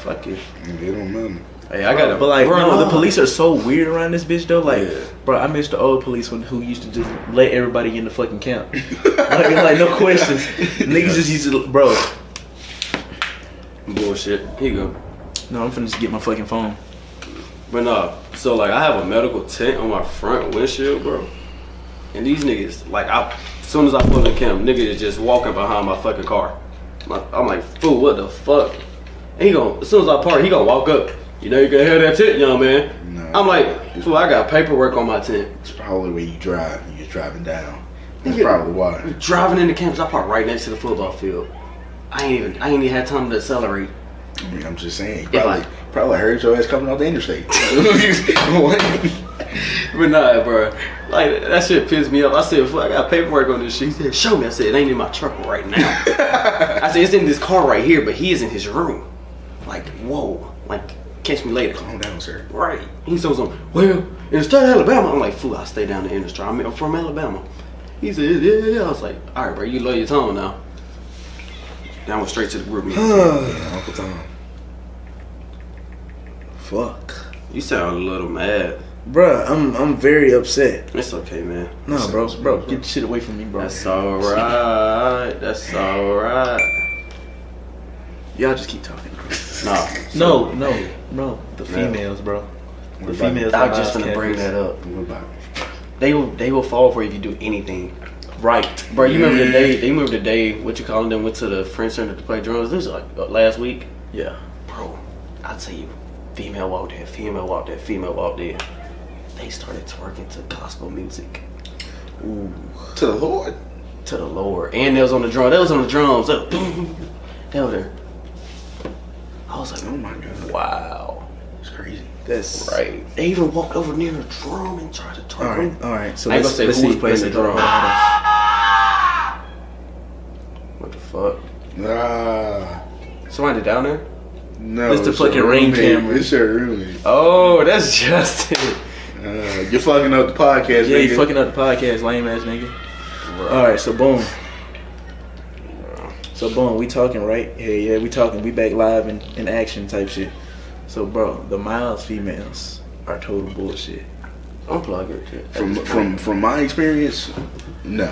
Speaker 1: Fuck you.
Speaker 3: It don't matter.
Speaker 2: Hey, I got it.
Speaker 1: But like,
Speaker 2: Bro,
Speaker 1: no, the police are so weird around this bitch though. Like,
Speaker 3: Yeah.
Speaker 1: bro, I miss the old police when who used to just let everybody in the fucking camp. like, like, no questions. Niggas just used to, bro.
Speaker 2: bullshit. Here you go.
Speaker 1: No, I'm finna just get my fucking phone.
Speaker 2: But nah, so like I have a medical tent on my front windshield, bro. And these niggas, like I, as soon as I pull in the cam, nigga is just walking behind my fucking car. My- I'm like, fool, what the fuck? And he gon' as soon as I park, he gonna walk up. You know you can hear that tent, young man.
Speaker 3: Nah.
Speaker 2: I'm like, fool, I got paperwork on my tent.
Speaker 3: It's probably where you drive. and You're driving down. That's probably why.
Speaker 2: Driving in the campus, I park right next to the football field. I ain't even, I ain't even had time to accelerate.
Speaker 3: I mean, I'm just saying.
Speaker 2: If
Speaker 3: Probably,
Speaker 2: I-
Speaker 3: probably heard your ass coming off the interstate.
Speaker 2: But nah, bro. Like that shit pissed me off. I said, "Fuck, I got paperwork on this shit." He said, "Show me." I said, "It ain't in my truck right now." I said, "It's in this car right here, but he is in his room." Like, whoa. Like, catch me later.
Speaker 3: Calm down, sir.
Speaker 2: Right. He said something. Well, in the state of Alabama, I'm like, "Fool, I stay down there in the street. I'm I'm from Alabama." He said, "Yeah, yeah, yeah." I was like, "All right, bro. You love your tongue now." Then I went straight to the group meeting.
Speaker 3: Yeah, Uncle Tom.
Speaker 1: Fuck,
Speaker 2: you sound a little mad.
Speaker 1: bro. I'm I'm very upset.
Speaker 2: It's okay, man.
Speaker 1: No, bro, bro, get the shit away from me, bro.
Speaker 2: That's all right. That's all right.
Speaker 1: Y'all just keep talking. Bro.
Speaker 2: Nah.
Speaker 1: No, no, no. The females, bro. The
Speaker 3: What about-
Speaker 1: females.
Speaker 2: I
Speaker 1: on
Speaker 2: was just
Speaker 1: Nas
Speaker 2: gonna bring
Speaker 1: campus.
Speaker 2: that up.
Speaker 3: What about
Speaker 2: They will they will fall for you if you do anything.
Speaker 1: Right.
Speaker 2: Bro, you remember the day they remember the day what you calling them went to the French Center to play drums? This was like uh, last week.
Speaker 1: Yeah.
Speaker 2: Bro, I tell you, female walked in, female walked in, female walked in. They started twerking to gospel music.
Speaker 3: to the Lord?
Speaker 2: To the Lord. And they was on the drum. They was on the drums. They was, boom, they were there. I was
Speaker 3: Oh
Speaker 2: like,
Speaker 3: my God,
Speaker 2: wow.
Speaker 3: it's crazy.
Speaker 1: That's
Speaker 2: Right. They even walked over near a drum and tried to twerk.
Speaker 1: All right. All right. So
Speaker 2: I ain't
Speaker 1: let's,
Speaker 2: gonna
Speaker 1: let's
Speaker 2: say who
Speaker 1: see.
Speaker 2: was playing
Speaker 1: let's
Speaker 2: the
Speaker 1: see. Hold on,
Speaker 2: drum.
Speaker 1: hold on.
Speaker 2: What the fuck?
Speaker 3: Ah,
Speaker 2: Somebody down there?
Speaker 3: no.
Speaker 1: It's the
Speaker 3: your
Speaker 1: fucking rain
Speaker 3: roommate.
Speaker 1: camera.
Speaker 3: It's your roommate.
Speaker 2: Oh, that's Justin.
Speaker 3: Uh, you're fucking up the podcast,
Speaker 1: Yeah,
Speaker 3: nigga.
Speaker 1: you fucking up the podcast, lame ass nigga. All right, so boom. So boom, we talking right? Yeah, yeah, we talking. We back live and in action type shit. So bro, the miles females are total bullshit.
Speaker 2: Unplug it.
Speaker 3: from from from my experience, no.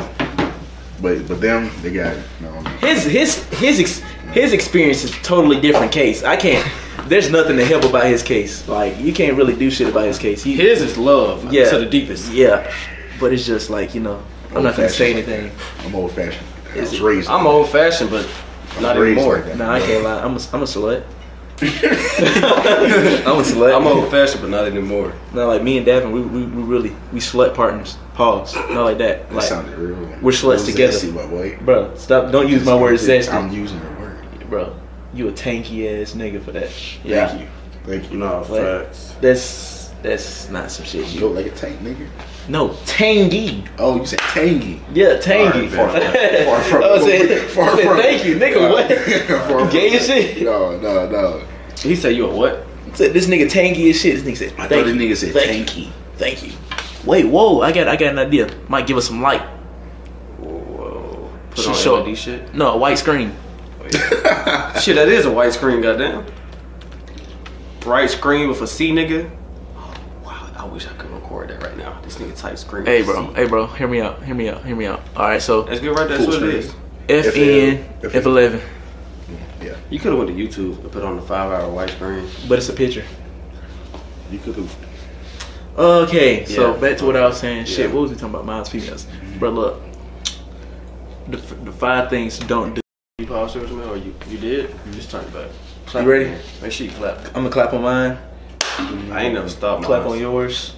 Speaker 3: But but them, they got it. No, no.
Speaker 1: His his his ex, his experience is totally different case. I can't. There's nothing to help about his case. Like you can't really do shit about his case. He,
Speaker 2: His is love
Speaker 1: Yeah.
Speaker 2: to the deepest.
Speaker 1: yeah, but it's just like you know, I'm not gonna say anything.
Speaker 3: I'm old fashioned. I was raised.
Speaker 2: I'm old fashioned, but not
Speaker 3: raised
Speaker 2: anymore.
Speaker 3: like that.
Speaker 1: Nah, I can't lie. I'm a, I'm a slut. I'm a slut.
Speaker 2: I'm old fashioned, but not anymore.
Speaker 1: Not like me and Davin, we, we, we really we slut partners. Pause. Not like that.
Speaker 3: That
Speaker 1: Like,
Speaker 3: sounded real.
Speaker 1: we're sluts
Speaker 3: real
Speaker 1: together.
Speaker 3: zesty, my boy.
Speaker 1: bro, stop. Don't use my word zesty,
Speaker 3: I'm using your word.
Speaker 1: bro. You a tanky ass nigga for that.
Speaker 3: Thank you. Thank you.
Speaker 2: No,
Speaker 1: Like, that's that's not some shit.
Speaker 3: You
Speaker 1: You,
Speaker 3: look like a tank, nigga.
Speaker 1: no, tangy.
Speaker 3: Oh, you said tangy.
Speaker 1: Yeah, tangy.
Speaker 3: Far from- far from-
Speaker 1: I was saying,
Speaker 3: far
Speaker 1: I said,
Speaker 3: from-
Speaker 1: thank you, nigga.
Speaker 3: Uh,
Speaker 1: What?
Speaker 3: far from-
Speaker 1: Gay as shit.
Speaker 3: No, no, no.
Speaker 2: He said you a what?
Speaker 1: Said this nigga tangy as shit. This nigga said, thank
Speaker 3: I thought
Speaker 1: you.
Speaker 3: the nigga said
Speaker 1: thank You.
Speaker 3: tanky.
Speaker 1: Thank you. Wait, whoa! I got, I got an idea. Might give us some light.
Speaker 2: Whoa. Put
Speaker 1: She
Speaker 2: on
Speaker 1: show-
Speaker 2: LED shit.
Speaker 1: No, a white screen.
Speaker 2: shit, that is a white screen, goddamn. Bright screen with a C, nigga. Oh, wow, I wish I could record that right now. This nigga type screen. with
Speaker 1: Hey,
Speaker 2: a
Speaker 1: bro.
Speaker 2: C.
Speaker 1: Hey, bro. Hear me out. Hear me out. Hear me out. All right. So
Speaker 2: That's good, right? That's
Speaker 3: Full
Speaker 2: what it
Speaker 3: screen.
Speaker 2: is.
Speaker 1: FN
Speaker 3: FM.
Speaker 1: F11,
Speaker 3: Yeah,
Speaker 2: You could have went to YouTube and put on the five-hour white screen.
Speaker 1: but it's a picture.
Speaker 3: you could have.
Speaker 1: Okay, so
Speaker 2: Yeah.
Speaker 1: back to what I was saying. Shit,
Speaker 2: Yeah.
Speaker 1: what was we talking about? Mine's females. Bro, look. The, f- the five things don't do.
Speaker 2: You paused yours, man, or you you did? You just turned it back.
Speaker 1: You ready?
Speaker 2: Make sure you clap.
Speaker 1: I'm gonna clap on mine.
Speaker 2: I ain't never stopped.
Speaker 1: Clap
Speaker 2: mine.
Speaker 1: on yours.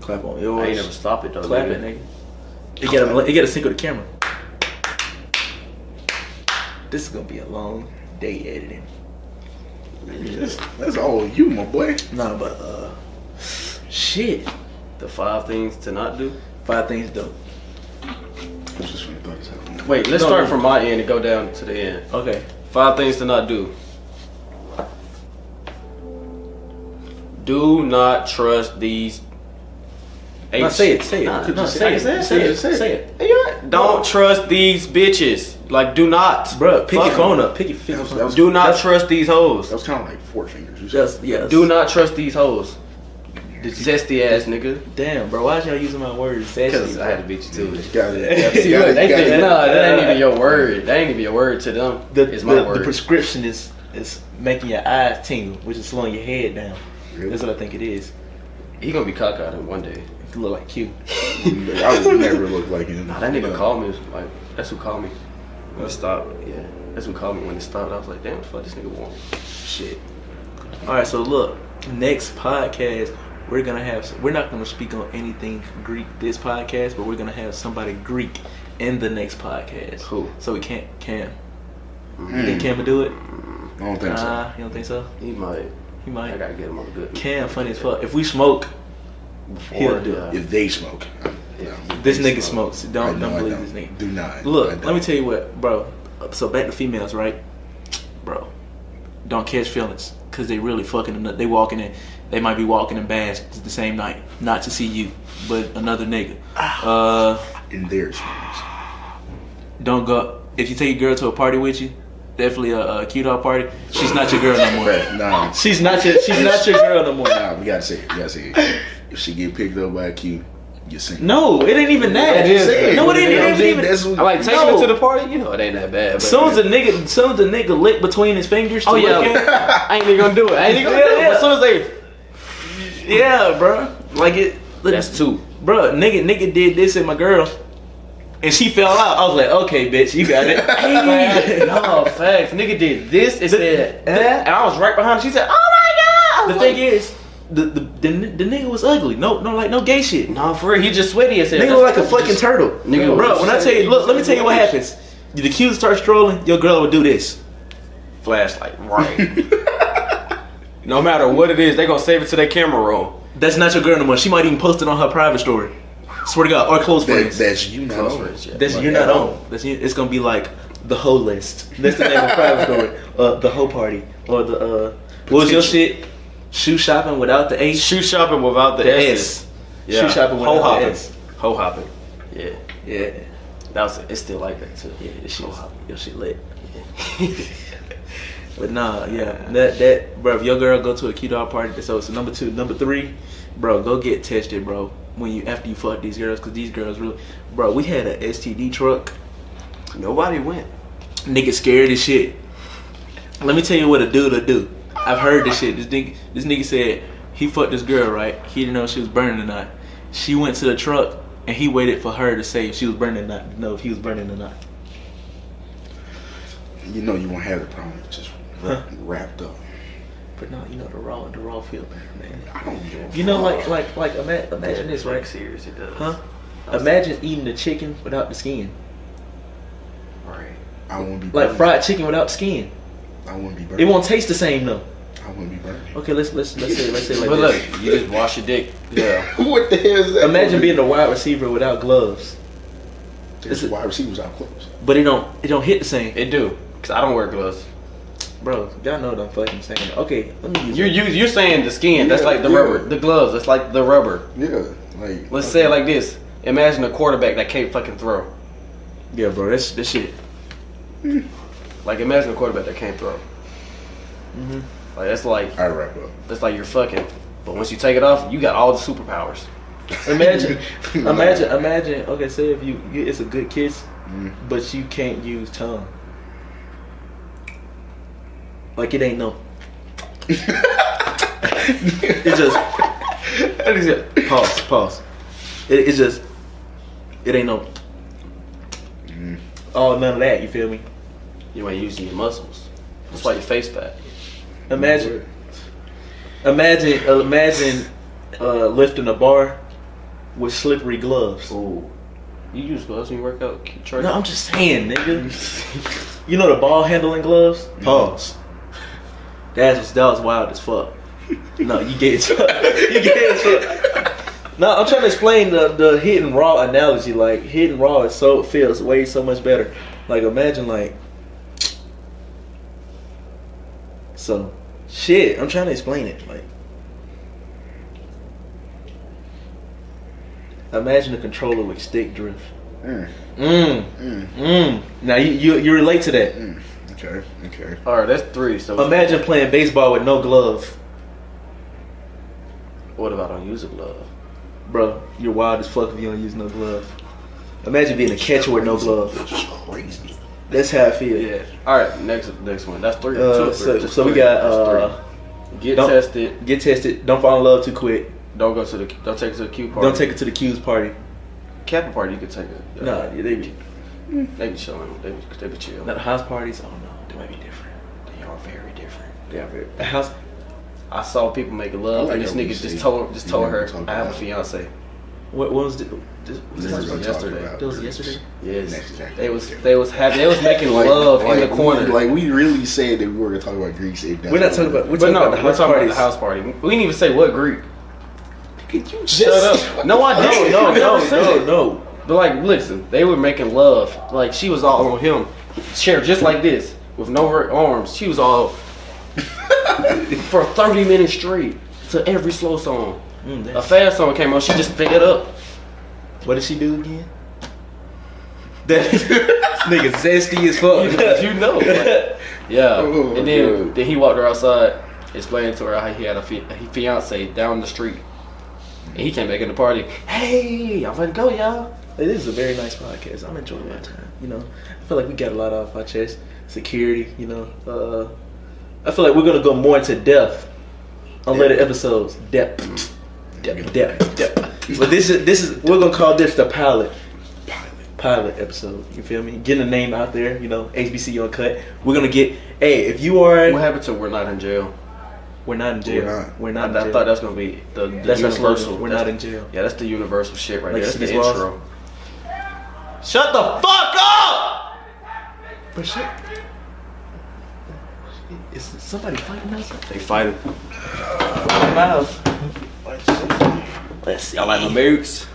Speaker 1: Clap on
Speaker 2: I ain't
Speaker 1: yours.
Speaker 2: never stop it though.
Speaker 1: Clap it, nigga. It got to it got to sync with the camera. This is gonna be a long day editing.
Speaker 3: That's, that's all you, my boy.
Speaker 1: Nah, but uh, shit.
Speaker 2: The five things to not do.
Speaker 1: Five things don't.
Speaker 3: I was just finna throw this out.
Speaker 2: Wait, let's
Speaker 1: No,
Speaker 2: start
Speaker 1: no.
Speaker 2: from my end and go down to the end.
Speaker 1: Okay.
Speaker 2: Five things to not do. Do not trust these.
Speaker 1: Now say it. Say it.
Speaker 2: Nah,
Speaker 1: no,
Speaker 2: you
Speaker 1: say, it.
Speaker 2: say it,
Speaker 1: Say it.
Speaker 3: say it.
Speaker 1: Say it.
Speaker 2: Hey, you right. Don't trust these bitches. Like, do not,
Speaker 1: Bruh, pick
Speaker 2: Fuck
Speaker 1: your phone up. Pick your, pick
Speaker 3: That
Speaker 1: your
Speaker 3: was-
Speaker 1: phone
Speaker 3: that
Speaker 1: up.
Speaker 3: was-
Speaker 2: Do not
Speaker 1: That's-
Speaker 2: trust these hoes.
Speaker 3: That was kind of like four fingers. You said.
Speaker 1: Yes, yes.
Speaker 2: Do not trust these hoes. The zesty ass nigga.
Speaker 1: Damn, bro. Why is y'all using my words?
Speaker 2: Because
Speaker 1: Zesty.
Speaker 2: I had to beat you to it.
Speaker 3: Got it.
Speaker 2: See,
Speaker 3: got
Speaker 2: look,
Speaker 3: it,
Speaker 2: they
Speaker 3: got
Speaker 2: think,
Speaker 3: it.
Speaker 2: nah, that ain't even your word. That ain't even your word to them.
Speaker 1: The,
Speaker 2: it's my
Speaker 1: the,
Speaker 2: word.
Speaker 1: the prescription is is making your eyes tingle, which is slowing your head down. That's what I think it is.
Speaker 2: he gonna be cockeyed in one day.
Speaker 1: You look like Q.
Speaker 3: I would never look like him.
Speaker 1: Ah,
Speaker 2: Nah, that nigga
Speaker 3: No.
Speaker 2: called me. Like, that's who called me. When it stopped, yeah. That's who called me when it stopped. I was like, damn, what the fuck this nigga want?
Speaker 1: Shit. All right, so look, next podcast we're gonna have. We're not gonna speak on anything Greek this podcast, but we're gonna have somebody Greek in the next podcast.
Speaker 2: Who? Hmm.
Speaker 1: So we can't Cam. You
Speaker 3: Mm,
Speaker 1: think Cam would do it?
Speaker 3: I don't think so.
Speaker 1: Nah, you don't think so?
Speaker 2: He might.
Speaker 1: He
Speaker 2: I
Speaker 1: might.
Speaker 2: gotta get him on the good.
Speaker 1: Cam, funny as fuck. If we smoke, he'll do it.
Speaker 3: If they smoke, I-
Speaker 2: Yeah.
Speaker 3: no.
Speaker 1: This nigga smokes.
Speaker 3: I
Speaker 1: Don't
Speaker 3: know
Speaker 1: don't
Speaker 3: I
Speaker 1: believe
Speaker 3: don't.
Speaker 1: this nigga.
Speaker 3: Do not. I
Speaker 1: Look, let me
Speaker 3: don't.
Speaker 1: tell you what, bro. So back to females, right? Bro, don't catch feelings because they really fucking. ano- They walking in. They might be walking in baths the same night, not to see you, but another nigga.
Speaker 2: Ah.
Speaker 1: Uh,
Speaker 3: in their experience.
Speaker 1: don't go. If you take your girl to a party with you, definitely a, a cute out party. She's not your girl no more.
Speaker 3: But nah,
Speaker 1: She's not your. She's not your girl no more.
Speaker 3: nah, we gotta say it. We gotta say it. If she get picked up by a Q, you sing.
Speaker 1: No, it ain't even that.
Speaker 2: It is.
Speaker 1: No, it ain't, it ain't even.
Speaker 3: That's what,
Speaker 2: I like taking
Speaker 1: No.
Speaker 2: him to the party. You know it ain't that bad. But
Speaker 1: Soon as a nigga, soon as a nigga lick between his fingers. To
Speaker 2: Oh,
Speaker 1: look
Speaker 2: yeah.
Speaker 1: at-
Speaker 2: I ain't even gonna do it. I ain't even gonna
Speaker 1: Yeah,
Speaker 2: do it.
Speaker 1: yeah.
Speaker 2: As soon as they,
Speaker 1: Yeah, bro. Like it.
Speaker 2: that's two.
Speaker 1: Bro, nigga, nigga did this and my girl, and she fell out. I was like, okay, bitch, you got it.
Speaker 2: Hey,
Speaker 1: Like,
Speaker 2: no facts. Nigga did this and said that, and I was right behind. her. She said, "Oh my god."
Speaker 1: the thing is, the, the the n- the nigga was ugly. No, no, like no gay shit.
Speaker 2: nah, for real, he just sweaty as hell.
Speaker 1: Nigga was like a fucking
Speaker 2: turd.
Speaker 1: turtle.
Speaker 2: Nigga
Speaker 1: bro,
Speaker 2: was-
Speaker 1: when I tell you, look, let me tell you what happens. The cue starts strolling, your girl would do this.
Speaker 2: flashlight. Right. no matter what it is, they gonna save it to their camera roll.
Speaker 1: That's not your girl no more. She might even post it on her private story. Swear to God, or close
Speaker 3: that,
Speaker 1: friends.
Speaker 3: that's you not
Speaker 2: Close
Speaker 3: on.
Speaker 2: friends, yeah.
Speaker 1: That's
Speaker 3: Like,
Speaker 1: you're not
Speaker 3: at all.
Speaker 1: on. That's you, it's gonna be like the whole list. That's the name of the private story. Uh, the whole party or the uh, what was your shit? Shoe shopping without the H.
Speaker 2: Shoe shopping without the,
Speaker 1: The
Speaker 2: S's.
Speaker 1: S. Shoe shopping without
Speaker 2: Hoe
Speaker 1: the
Speaker 2: hopping.
Speaker 1: S.
Speaker 2: Hoe hopping. Yeah.
Speaker 1: Yeah,
Speaker 2: That was it's still like that too.
Speaker 1: yeah. Your shit,
Speaker 2: Hoe hopping.
Speaker 1: your shit lit. But nah, yeah. That that bro. If your girl go to a cute dog party, so it's number two, number three, bro. Go get tested, bro. When you after you fuck these girls, cause these girls really, bro. We had an STD truck.
Speaker 2: Nobody went.
Speaker 1: Nigga scared as shit. Let me tell you what a dude'll do. I've heard this shit. This nigga, this nigga said he fucked this girl, right? He didn't know if she was burning or not. She went to the truck and he waited for her to say if she was burning or not, to know if he was burning or not.
Speaker 3: You know you won't have the problem. It's just
Speaker 1: Huh.
Speaker 3: wrapped up.
Speaker 1: But no, you know the raw, the raw feel better, man.
Speaker 3: I don't know.
Speaker 1: You know, like, like, like, ima- imagine this,
Speaker 2: Like
Speaker 1: right?
Speaker 2: serious, it does.
Speaker 1: Huh? Imagine eating the chicken without the skin,
Speaker 3: Right. I won't be
Speaker 1: like
Speaker 3: burning.
Speaker 1: Mm. fried chicken without skin.
Speaker 3: I won't be burning.
Speaker 1: It won't taste the same though.
Speaker 3: I I wouldn't be burning.
Speaker 1: Okay, let's let's let's say let's say like
Speaker 2: but
Speaker 1: this.
Speaker 2: look, you just wash your dick. Yeah.
Speaker 3: what the hell is that?
Speaker 1: Imagine being a wide receiver without gloves,
Speaker 3: There's wide receivers out close.
Speaker 1: but it don't it don't hit the same.
Speaker 2: It do. Cause I don't wear gloves.
Speaker 1: Bro, y'all know what I'm fucking saying. Okay, let me use
Speaker 2: You you you're saying the skin, that's
Speaker 3: Yeah,
Speaker 2: like the
Speaker 3: yeah.
Speaker 2: rubber. The gloves, that's like the rubber.
Speaker 3: Yeah, like
Speaker 2: Let's say it like this. Imagine a quarterback that can't fucking throw.
Speaker 1: Yeah, bro, that's that shit.
Speaker 2: Like imagine a quarterback that can't throw.
Speaker 1: Mm-hmm.
Speaker 2: Like that's like
Speaker 3: I wrap up.
Speaker 2: that's like you're fucking. But once you take it off, you got all the superpowers.
Speaker 1: Imagine, imagine, imagine. Okay, say if you, you it's a good kiss, but you can't use tongue. Like it ain't no. it just
Speaker 2: That is it.
Speaker 1: pause, pause. It, it's just it ain't no. Oh, none of that. You feel me?
Speaker 2: You ain't using your muscles. That's why your face fat.
Speaker 1: Imagine, imagine, uh, imagine uh, lifting a bar with slippery gloves.
Speaker 2: Ooh. You use gloves when you work out, Trey?
Speaker 1: No, I'm just saying, nigga. you know the ball handling gloves? Pause. That's was that was wild as fuck. No, you get it. you get it. No, I'm trying to explain the the hit and raw analogy. Like hit and raw is so feels way so much better. Like imagine like so shit. I'm trying to explain it. Like imagine a controller with stick drift.
Speaker 3: Mm,
Speaker 1: Mm.
Speaker 3: mm,
Speaker 1: Mm. Now you, you you relate to that.
Speaker 3: mm. Okay, okay.
Speaker 2: All right, that's three. So
Speaker 1: Imagine playing baseball with no glove,
Speaker 2: What if I don't use a glove?
Speaker 1: bro. You're wild as fuck if you don't use no glove. Imagine being a catcher with no glove.
Speaker 3: That's crazy.
Speaker 1: That's how I feel.
Speaker 2: Yeah. All right, next next one. That's three. Two,
Speaker 1: Uh,
Speaker 2: three.
Speaker 1: so,
Speaker 2: Just
Speaker 1: so we
Speaker 2: three.
Speaker 1: got
Speaker 2: That's
Speaker 1: uh,
Speaker 2: three. get
Speaker 1: don't-
Speaker 2: tested.
Speaker 1: get tested. Don't fall in love too quick.
Speaker 2: Don't go to the. Don't take it to the Q party.
Speaker 1: Don't take it to the Q's party.
Speaker 2: Kappa party. You could take it. Yeah.
Speaker 1: Nah, they be
Speaker 2: They be chilling. They be, they be chill.
Speaker 1: not the house parties. Oh no, they might be different.
Speaker 2: They are very different.
Speaker 1: Yeah, the house.
Speaker 2: I saw people making love,
Speaker 3: I like
Speaker 2: and this
Speaker 3: that
Speaker 2: nigga
Speaker 3: we see.
Speaker 2: just told just
Speaker 3: You
Speaker 2: told
Speaker 3: never
Speaker 2: her,
Speaker 3: talk
Speaker 2: "I have a
Speaker 3: about it.
Speaker 2: fiance."
Speaker 1: What, what was the, this, was
Speaker 3: This
Speaker 1: this
Speaker 3: is
Speaker 1: was
Speaker 3: what
Speaker 2: yesterday.
Speaker 3: I'm talking about.
Speaker 1: That was yesterday?
Speaker 2: Yes.
Speaker 3: That's exactly
Speaker 2: They
Speaker 3: what
Speaker 2: was
Speaker 3: I'm doing.
Speaker 2: they was having they was making
Speaker 3: Like-
Speaker 2: love
Speaker 3: like
Speaker 2: in the corner.
Speaker 3: We, like we really said that we were gonna talk about Greece. If that's
Speaker 1: We're not
Speaker 3: what
Speaker 1: talking
Speaker 3: we
Speaker 1: about. We're
Speaker 2: but
Speaker 1: talking
Speaker 2: no,
Speaker 1: about the
Speaker 2: we're
Speaker 1: house
Speaker 2: talking
Speaker 1: parties.
Speaker 2: about the house party. We didn't even say what Greek.
Speaker 3: Could you
Speaker 2: Shut up. No, I don't. No, no, no, no.
Speaker 1: no.
Speaker 2: But like, listen, they were making love. Like she was all on him, chair just like this, with no her arms. She was all for 30 minutes straight to every slow song.
Speaker 1: Mm,
Speaker 2: A
Speaker 1: that's-
Speaker 2: fast song came on, she just sped up.
Speaker 1: What did she do again? That nigga zesty as fuck.
Speaker 2: you know. like, yeah.
Speaker 3: Oh,
Speaker 2: and then
Speaker 3: God.
Speaker 2: then he walked her outside, explaining to her how he had a, fi- a fiance down the street. And he came back in the party. Hey, I'm gonna go, y'all.
Speaker 1: Hey, this is a very nice podcast. I'm enjoying my time. You know, I feel like we got a lot off our chest. Security, you know. Uh, I feel like we're gonna go more into depth on later episodes. Depth, depth, Mm. depth, depth. But this is this is we're gonna call this the pilot. Pilot episode, you feel me? Getting a name out there, you know, HBC Uncut. We're gonna get, hey, if you
Speaker 2: What
Speaker 1: are,
Speaker 2: happened to we're not in jail?
Speaker 1: we're not in jail.
Speaker 3: We're not.
Speaker 1: We're
Speaker 2: I,
Speaker 1: not. in
Speaker 2: I
Speaker 1: jail.
Speaker 2: thought that's gonna be the, the
Speaker 1: That's our
Speaker 2: universal.
Speaker 1: slogan. We're
Speaker 2: that's-
Speaker 1: not in jail.
Speaker 2: Yeah, that's the universal shit right
Speaker 1: Like
Speaker 2: there. That's the
Speaker 1: Smith Ross.
Speaker 2: intro. Shut the fuck up!
Speaker 1: But shit. Is somebody fighting us?
Speaker 2: They fighting.
Speaker 1: Miles. Let's see.
Speaker 2: Y'all like my boots?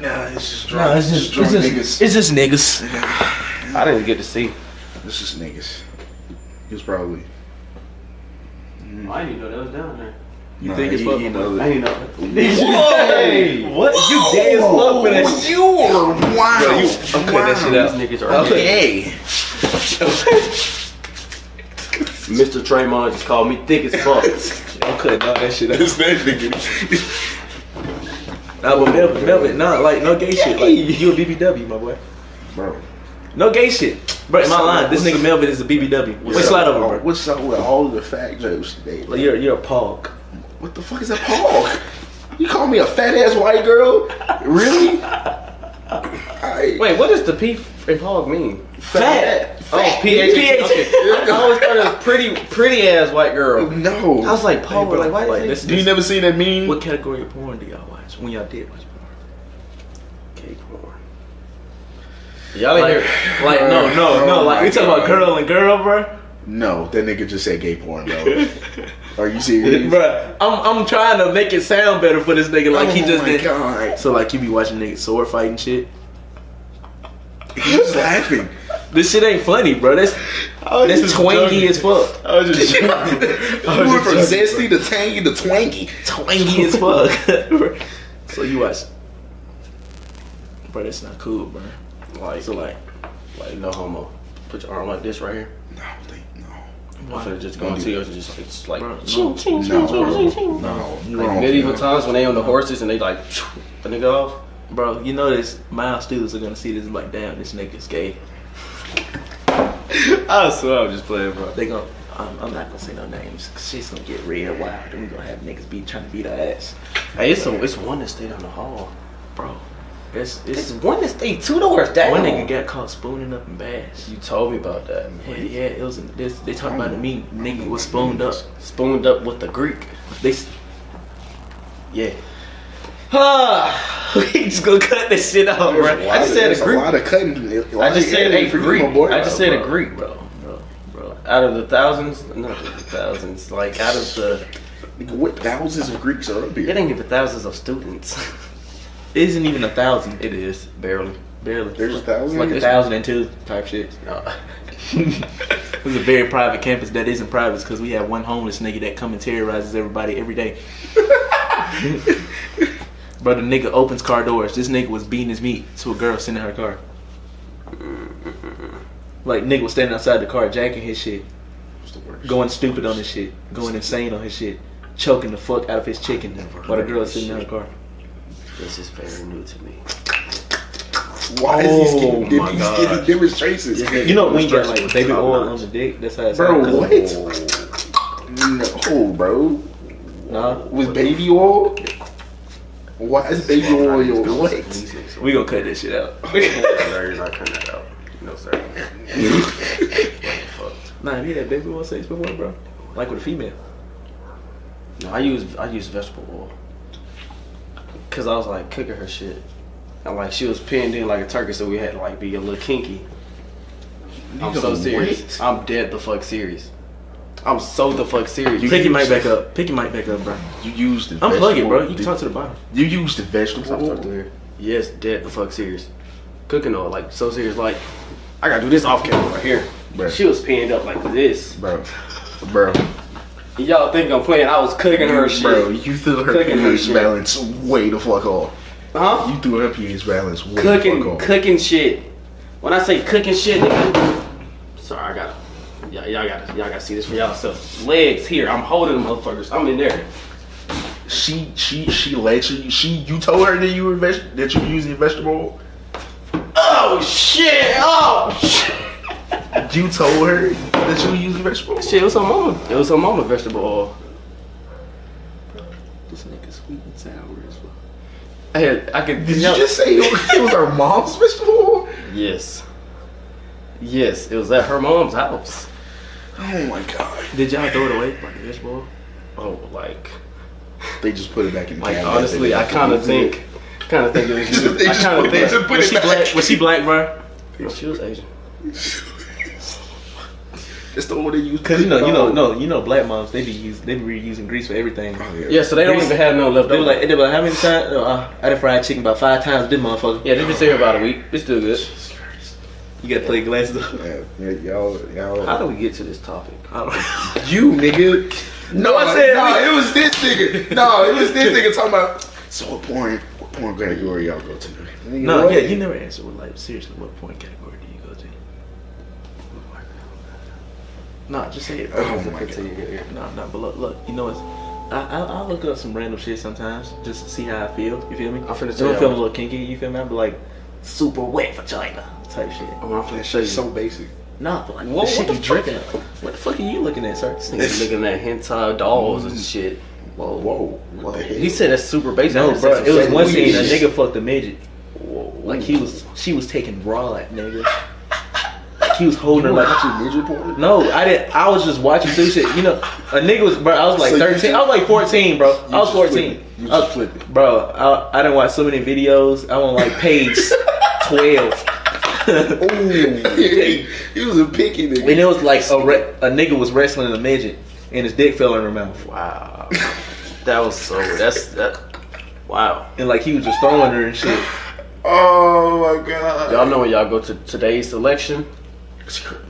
Speaker 3: Nah, it's just drunk.
Speaker 1: No, it's just,
Speaker 3: drunk
Speaker 1: it's just,
Speaker 3: niggas.
Speaker 1: it's just niggas.
Speaker 2: I didn't get to see.
Speaker 3: It's just niggas. It was probably.
Speaker 1: Mm.
Speaker 2: I didn't know that was down there.
Speaker 1: You
Speaker 3: Nah,
Speaker 1: think it's
Speaker 3: he-
Speaker 1: fuck?
Speaker 3: he know
Speaker 2: I
Speaker 3: that.
Speaker 2: didn't know.
Speaker 1: Hey, what? You gay as fuck for that shit.
Speaker 3: You are wild.
Speaker 1: Bro, you- I'm cutting that shit out.
Speaker 2: These niggas are
Speaker 3: Okay.
Speaker 2: Mr. Draymond just called me thick as fuck.
Speaker 1: I'm cutting all that shit out.
Speaker 3: It's that nigga.
Speaker 1: Nah, but Melvin, Melvin, nah, like, no gay shit. Like, you a BBW, my boy.
Speaker 3: Bro.
Speaker 1: No gay shit. Bro, in my line, this nigga Melvin is a BBW. Wait, slide
Speaker 3: up,
Speaker 1: over, bro.
Speaker 3: What's up with all the fat jokes today?
Speaker 1: Like,
Speaker 3: Like,
Speaker 1: you're, you're a pog.
Speaker 3: what the fuck is a pog? You call me a fat ass white girl? Really? I,
Speaker 2: Wait, what does the P in hog mean?
Speaker 1: Fat.
Speaker 2: Oh,
Speaker 3: E.
Speaker 2: PH.
Speaker 1: PH.
Speaker 2: Okay. I always thought it was pretty, pretty ass white
Speaker 1: E.
Speaker 2: girl.
Speaker 3: No.
Speaker 2: I was like, Paul,
Speaker 1: bro,
Speaker 2: like, why
Speaker 1: like,
Speaker 2: like,
Speaker 1: this-
Speaker 2: this?
Speaker 3: Do you never seen that meme?
Speaker 1: What category of porn do y'all watch? When y'all did watch porn?
Speaker 2: Cake porn. Y'all ain't hear
Speaker 1: Like, no, no, no. Like, we talking about girl and girl, bro.
Speaker 3: No, that nigga just said gay porn, bro. Are you serious?
Speaker 1: Bruh, I'm I'm trying to make it sound better for this nigga, like he
Speaker 3: Oh
Speaker 1: just
Speaker 3: my
Speaker 1: did.
Speaker 3: God.
Speaker 1: So like you be watching niggas sword fight and shit.
Speaker 3: He's laughing.
Speaker 1: This shit ain't funny, bro. That's
Speaker 3: Oh,
Speaker 2: was
Speaker 1: that's
Speaker 2: just
Speaker 1: twangy
Speaker 2: joking.
Speaker 1: as fuck. Oh,
Speaker 2: I was just
Speaker 3: We went from zesty to tangy to twangy.
Speaker 1: Twangy as fuck. so you watch, bro. That's not cool, bro.
Speaker 2: like, so like, like no homo. Put your arm like this right here.
Speaker 3: No, they, no,
Speaker 2: I'm finna just go
Speaker 3: Don't
Speaker 2: into
Speaker 3: do
Speaker 2: yours and just like, just like
Speaker 1: Bro, no.
Speaker 3: no, bro. no. You
Speaker 2: Like
Speaker 3: wrong.
Speaker 2: medieval
Speaker 3: bro.
Speaker 2: times when they on the horses and they like the nigga off.
Speaker 1: Bro, you know this. Miles students are gonna see this and be like, damn, this nigga's gay.
Speaker 2: I swear I'm just playing, bro.
Speaker 1: They gonna. I'm, I'm not gonna say no names. 'cause Shit's gonna get real wild, and we gonna have niggas be trying to beat our ass,
Speaker 2: Hey, it's a, it's one that stayed on the hall.
Speaker 1: bro. It's it's
Speaker 2: It's one that stayed two doors down.
Speaker 1: one nigga got caught spooning up in bass.
Speaker 2: You told me about that.
Speaker 1: Yeah, yeah, it was. in- This, they talking about the meat. Nigga was spooned up.
Speaker 2: Spooned up with the Greek.
Speaker 1: They. s-
Speaker 2: Yeah.
Speaker 1: Ah, we just gonna cut this shit out,
Speaker 3: There's a
Speaker 1: bro.
Speaker 3: lot
Speaker 2: just
Speaker 3: of-
Speaker 2: said a
Speaker 3: there's
Speaker 2: Greek.
Speaker 3: A lot of cutting. a lot
Speaker 2: I just
Speaker 3: of
Speaker 2: said
Speaker 3: editing
Speaker 2: a
Speaker 3: for you,
Speaker 2: Greek.
Speaker 3: my boy.
Speaker 2: I just said a
Speaker 1: bro,
Speaker 2: Greek.
Speaker 1: bro, bro, bro.
Speaker 2: Out of the thousands, not the thousands, like out of the,
Speaker 3: Nigga, What thousands of Greeks are up here?
Speaker 2: it ain't even thousands of students.
Speaker 1: It isn't even a thousand.
Speaker 2: it is barely.
Speaker 1: Barely.
Speaker 3: There's a
Speaker 1: It's
Speaker 3: thousand.
Speaker 1: like a thousand and two type shit.
Speaker 2: No.
Speaker 1: it was a very private campus that isn't private because we have one homeless nigga that come and terrorizes everybody every day. Bro, the nigga opens car doors. This nigga was beating his meat to a girl sitting in her car. Like nigga was standing outside the car, jacking his shit, going stupid on his shit, going insane on his shit, choking the fuck out of his chicken while the girl is sitting in her car.
Speaker 2: This is very new to me.
Speaker 3: Why is he
Speaker 1: Oh
Speaker 3: getting,
Speaker 1: my
Speaker 3: he's getting
Speaker 2: God.
Speaker 3: demonstrations?
Speaker 1: You know when you got like baby oil on the dick? That's how it's
Speaker 3: bro,
Speaker 1: happened.
Speaker 3: what? No, bro.
Speaker 1: Nah,
Speaker 3: With baby oil? Why is baby oil your what?
Speaker 1: we gonna cut this shit out.
Speaker 2: Larry's not cutting that out. No, sir. Fuck.
Speaker 1: Nah, have you had baby oil sex before, bro? Like with a female?
Speaker 2: No, I use I use vegetable oil. Cause I was like cooking her shit. And like she was pinned in like a turkey, so we had to like be a little kinky. I'm so serious. I'm dead the fuck serious. I'm so the fuck serious.
Speaker 1: Pick your mic back up. Pick your mic back up, bro.
Speaker 3: You used the
Speaker 1: Unplug it,
Speaker 3: vegetable-
Speaker 1: bro. You can talk to the bottom.
Speaker 3: You used the vegetable
Speaker 2: Stop talking to
Speaker 3: oil.
Speaker 2: her. Yes, dead the fuck serious. Cooking oil, like so serious, like I gotta do this off camera right here.
Speaker 3: Bruh.
Speaker 2: She was pinned up like this.
Speaker 3: Bro, bro,
Speaker 2: And Y'all think I'm playing? I was cooking her shit.
Speaker 3: bro, you threw her
Speaker 2: Cooking her
Speaker 3: pH
Speaker 2: shit.
Speaker 3: balance way the fuck off.
Speaker 2: Huh?
Speaker 3: You threw her pH balance way the fuck
Speaker 2: cooking
Speaker 3: off.
Speaker 2: cooking shit. When I say cooking shit, nigga. Sorry, I gotta. Y'all, y'all gotta y'all gotta see this for y'all. So legs here, I'm holding them motherfuckers. I'm in there.
Speaker 3: She, she, she let you. She, you told her that you were veg- that you were using vegetable oil.
Speaker 2: Oh shit! Oh shit!
Speaker 3: You told her that you were using vegetable oil.
Speaker 2: Shit, it was her mama. It was her mama vegetable oil.
Speaker 1: This nigga sweet and sour as fuck.
Speaker 2: I had I could
Speaker 3: Did you just say it was, it was our mom's vegetable oil?
Speaker 2: Yes. Yes, it was at her mom's house.
Speaker 3: Oh my god.
Speaker 1: Did y'all throw it away? Like a vegetable oil?
Speaker 2: Oh, like
Speaker 3: They just put it back in the
Speaker 2: like
Speaker 3: cabinet.
Speaker 2: honestly, I kind of think, kind of think it was.
Speaker 3: They just
Speaker 2: I kind
Speaker 3: put
Speaker 2: of
Speaker 3: it-
Speaker 2: think
Speaker 3: put
Speaker 1: Was
Speaker 3: it
Speaker 1: she
Speaker 3: back.
Speaker 1: black? Was she black, bro?
Speaker 2: she was Asian.
Speaker 3: It's the one they use.
Speaker 1: Cause you know, you know, no, you know, black moms they be use, they be reusing grease for everything.
Speaker 3: Oh,
Speaker 2: Yeah, so they don't even have no left.
Speaker 1: They were like, they were like, how many times? Oh, uh, I done fried chicken about five times. This motherfucker.
Speaker 2: yeah, they've been here about a week. It's still good.
Speaker 1: You gotta play glasses up.
Speaker 3: Yeah, yeah, y'all, y'all.
Speaker 2: How do we get to this topic?
Speaker 1: I don't know.
Speaker 3: You nigga. No,
Speaker 1: I said
Speaker 3: no.
Speaker 1: we-
Speaker 3: it was this nigga. No, it was this nigga talking about. So what porn? What porn category y'all go to? Nigga,
Speaker 1: No,
Speaker 3: what?
Speaker 1: yeah, you never answered. What, like, seriously, what point category do you go to? Oh Nah, just say it. bro.
Speaker 3: Oh my god.
Speaker 1: No, no, but look, look, you know it's. I, I I look up some random shit sometimes just to see how I feel. You feel me?
Speaker 2: I'm finna
Speaker 1: If I'm
Speaker 2: tell
Speaker 1: feeling a little kinky. You feel me? I'm like super wet vagina type shit.
Speaker 2: I'm not finna
Speaker 3: That
Speaker 2: show you.
Speaker 3: shit's so basic.
Speaker 1: Nah, but like
Speaker 2: Whoa,
Speaker 1: the shit
Speaker 2: what the
Speaker 1: you drinking. at. What the fuck are you looking at, sir? This nigga
Speaker 2: Niggas looking at hentai dolls and shit. Whoa,
Speaker 3: Whoa, what the hell?
Speaker 2: He said that's super basic. I
Speaker 1: Mm. No,
Speaker 2: said
Speaker 1: bro.
Speaker 2: some
Speaker 1: It was
Speaker 2: shit.
Speaker 1: one
Speaker 2: We
Speaker 1: scene a
Speaker 2: just-
Speaker 1: nigga fucked a midget.
Speaker 2: Whoa.
Speaker 1: Like he was, she was taking rod, nigga. Like he was holding her like.
Speaker 3: Watching ninja porn.
Speaker 1: No, I didn't. I was just watching through shit. You know, a nigga was, bro. I was like
Speaker 3: So you
Speaker 1: 13. I was like 14, bro. I was Uh,
Speaker 3: just
Speaker 1: 14.
Speaker 3: flipping. You
Speaker 1: I
Speaker 3: just
Speaker 1: was-
Speaker 3: flipping.
Speaker 1: Bro, I, I didn't watch so many videos. I'm on like page 12.
Speaker 3: he he was a picky
Speaker 1: And
Speaker 3: nigga.
Speaker 1: it was like a, re- a nigga was wrestling a midget and his dick fell in her mouth.
Speaker 5: Wow. That was so. That's that. Wow.
Speaker 1: And like he was just throwing her and shit.
Speaker 3: Oh my god.
Speaker 2: Y'all know when y'all go to today's selection,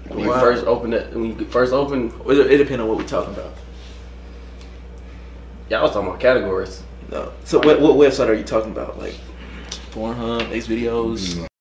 Speaker 2: when you
Speaker 1: Wow.
Speaker 2: first open it, when you first open,
Speaker 1: Well, It, it depends on what we're talking about.
Speaker 2: y'all was talking about categories.
Speaker 1: No. So what, what website are you talking about? Like Pornhub, Ace Videos?
Speaker 2: Mm.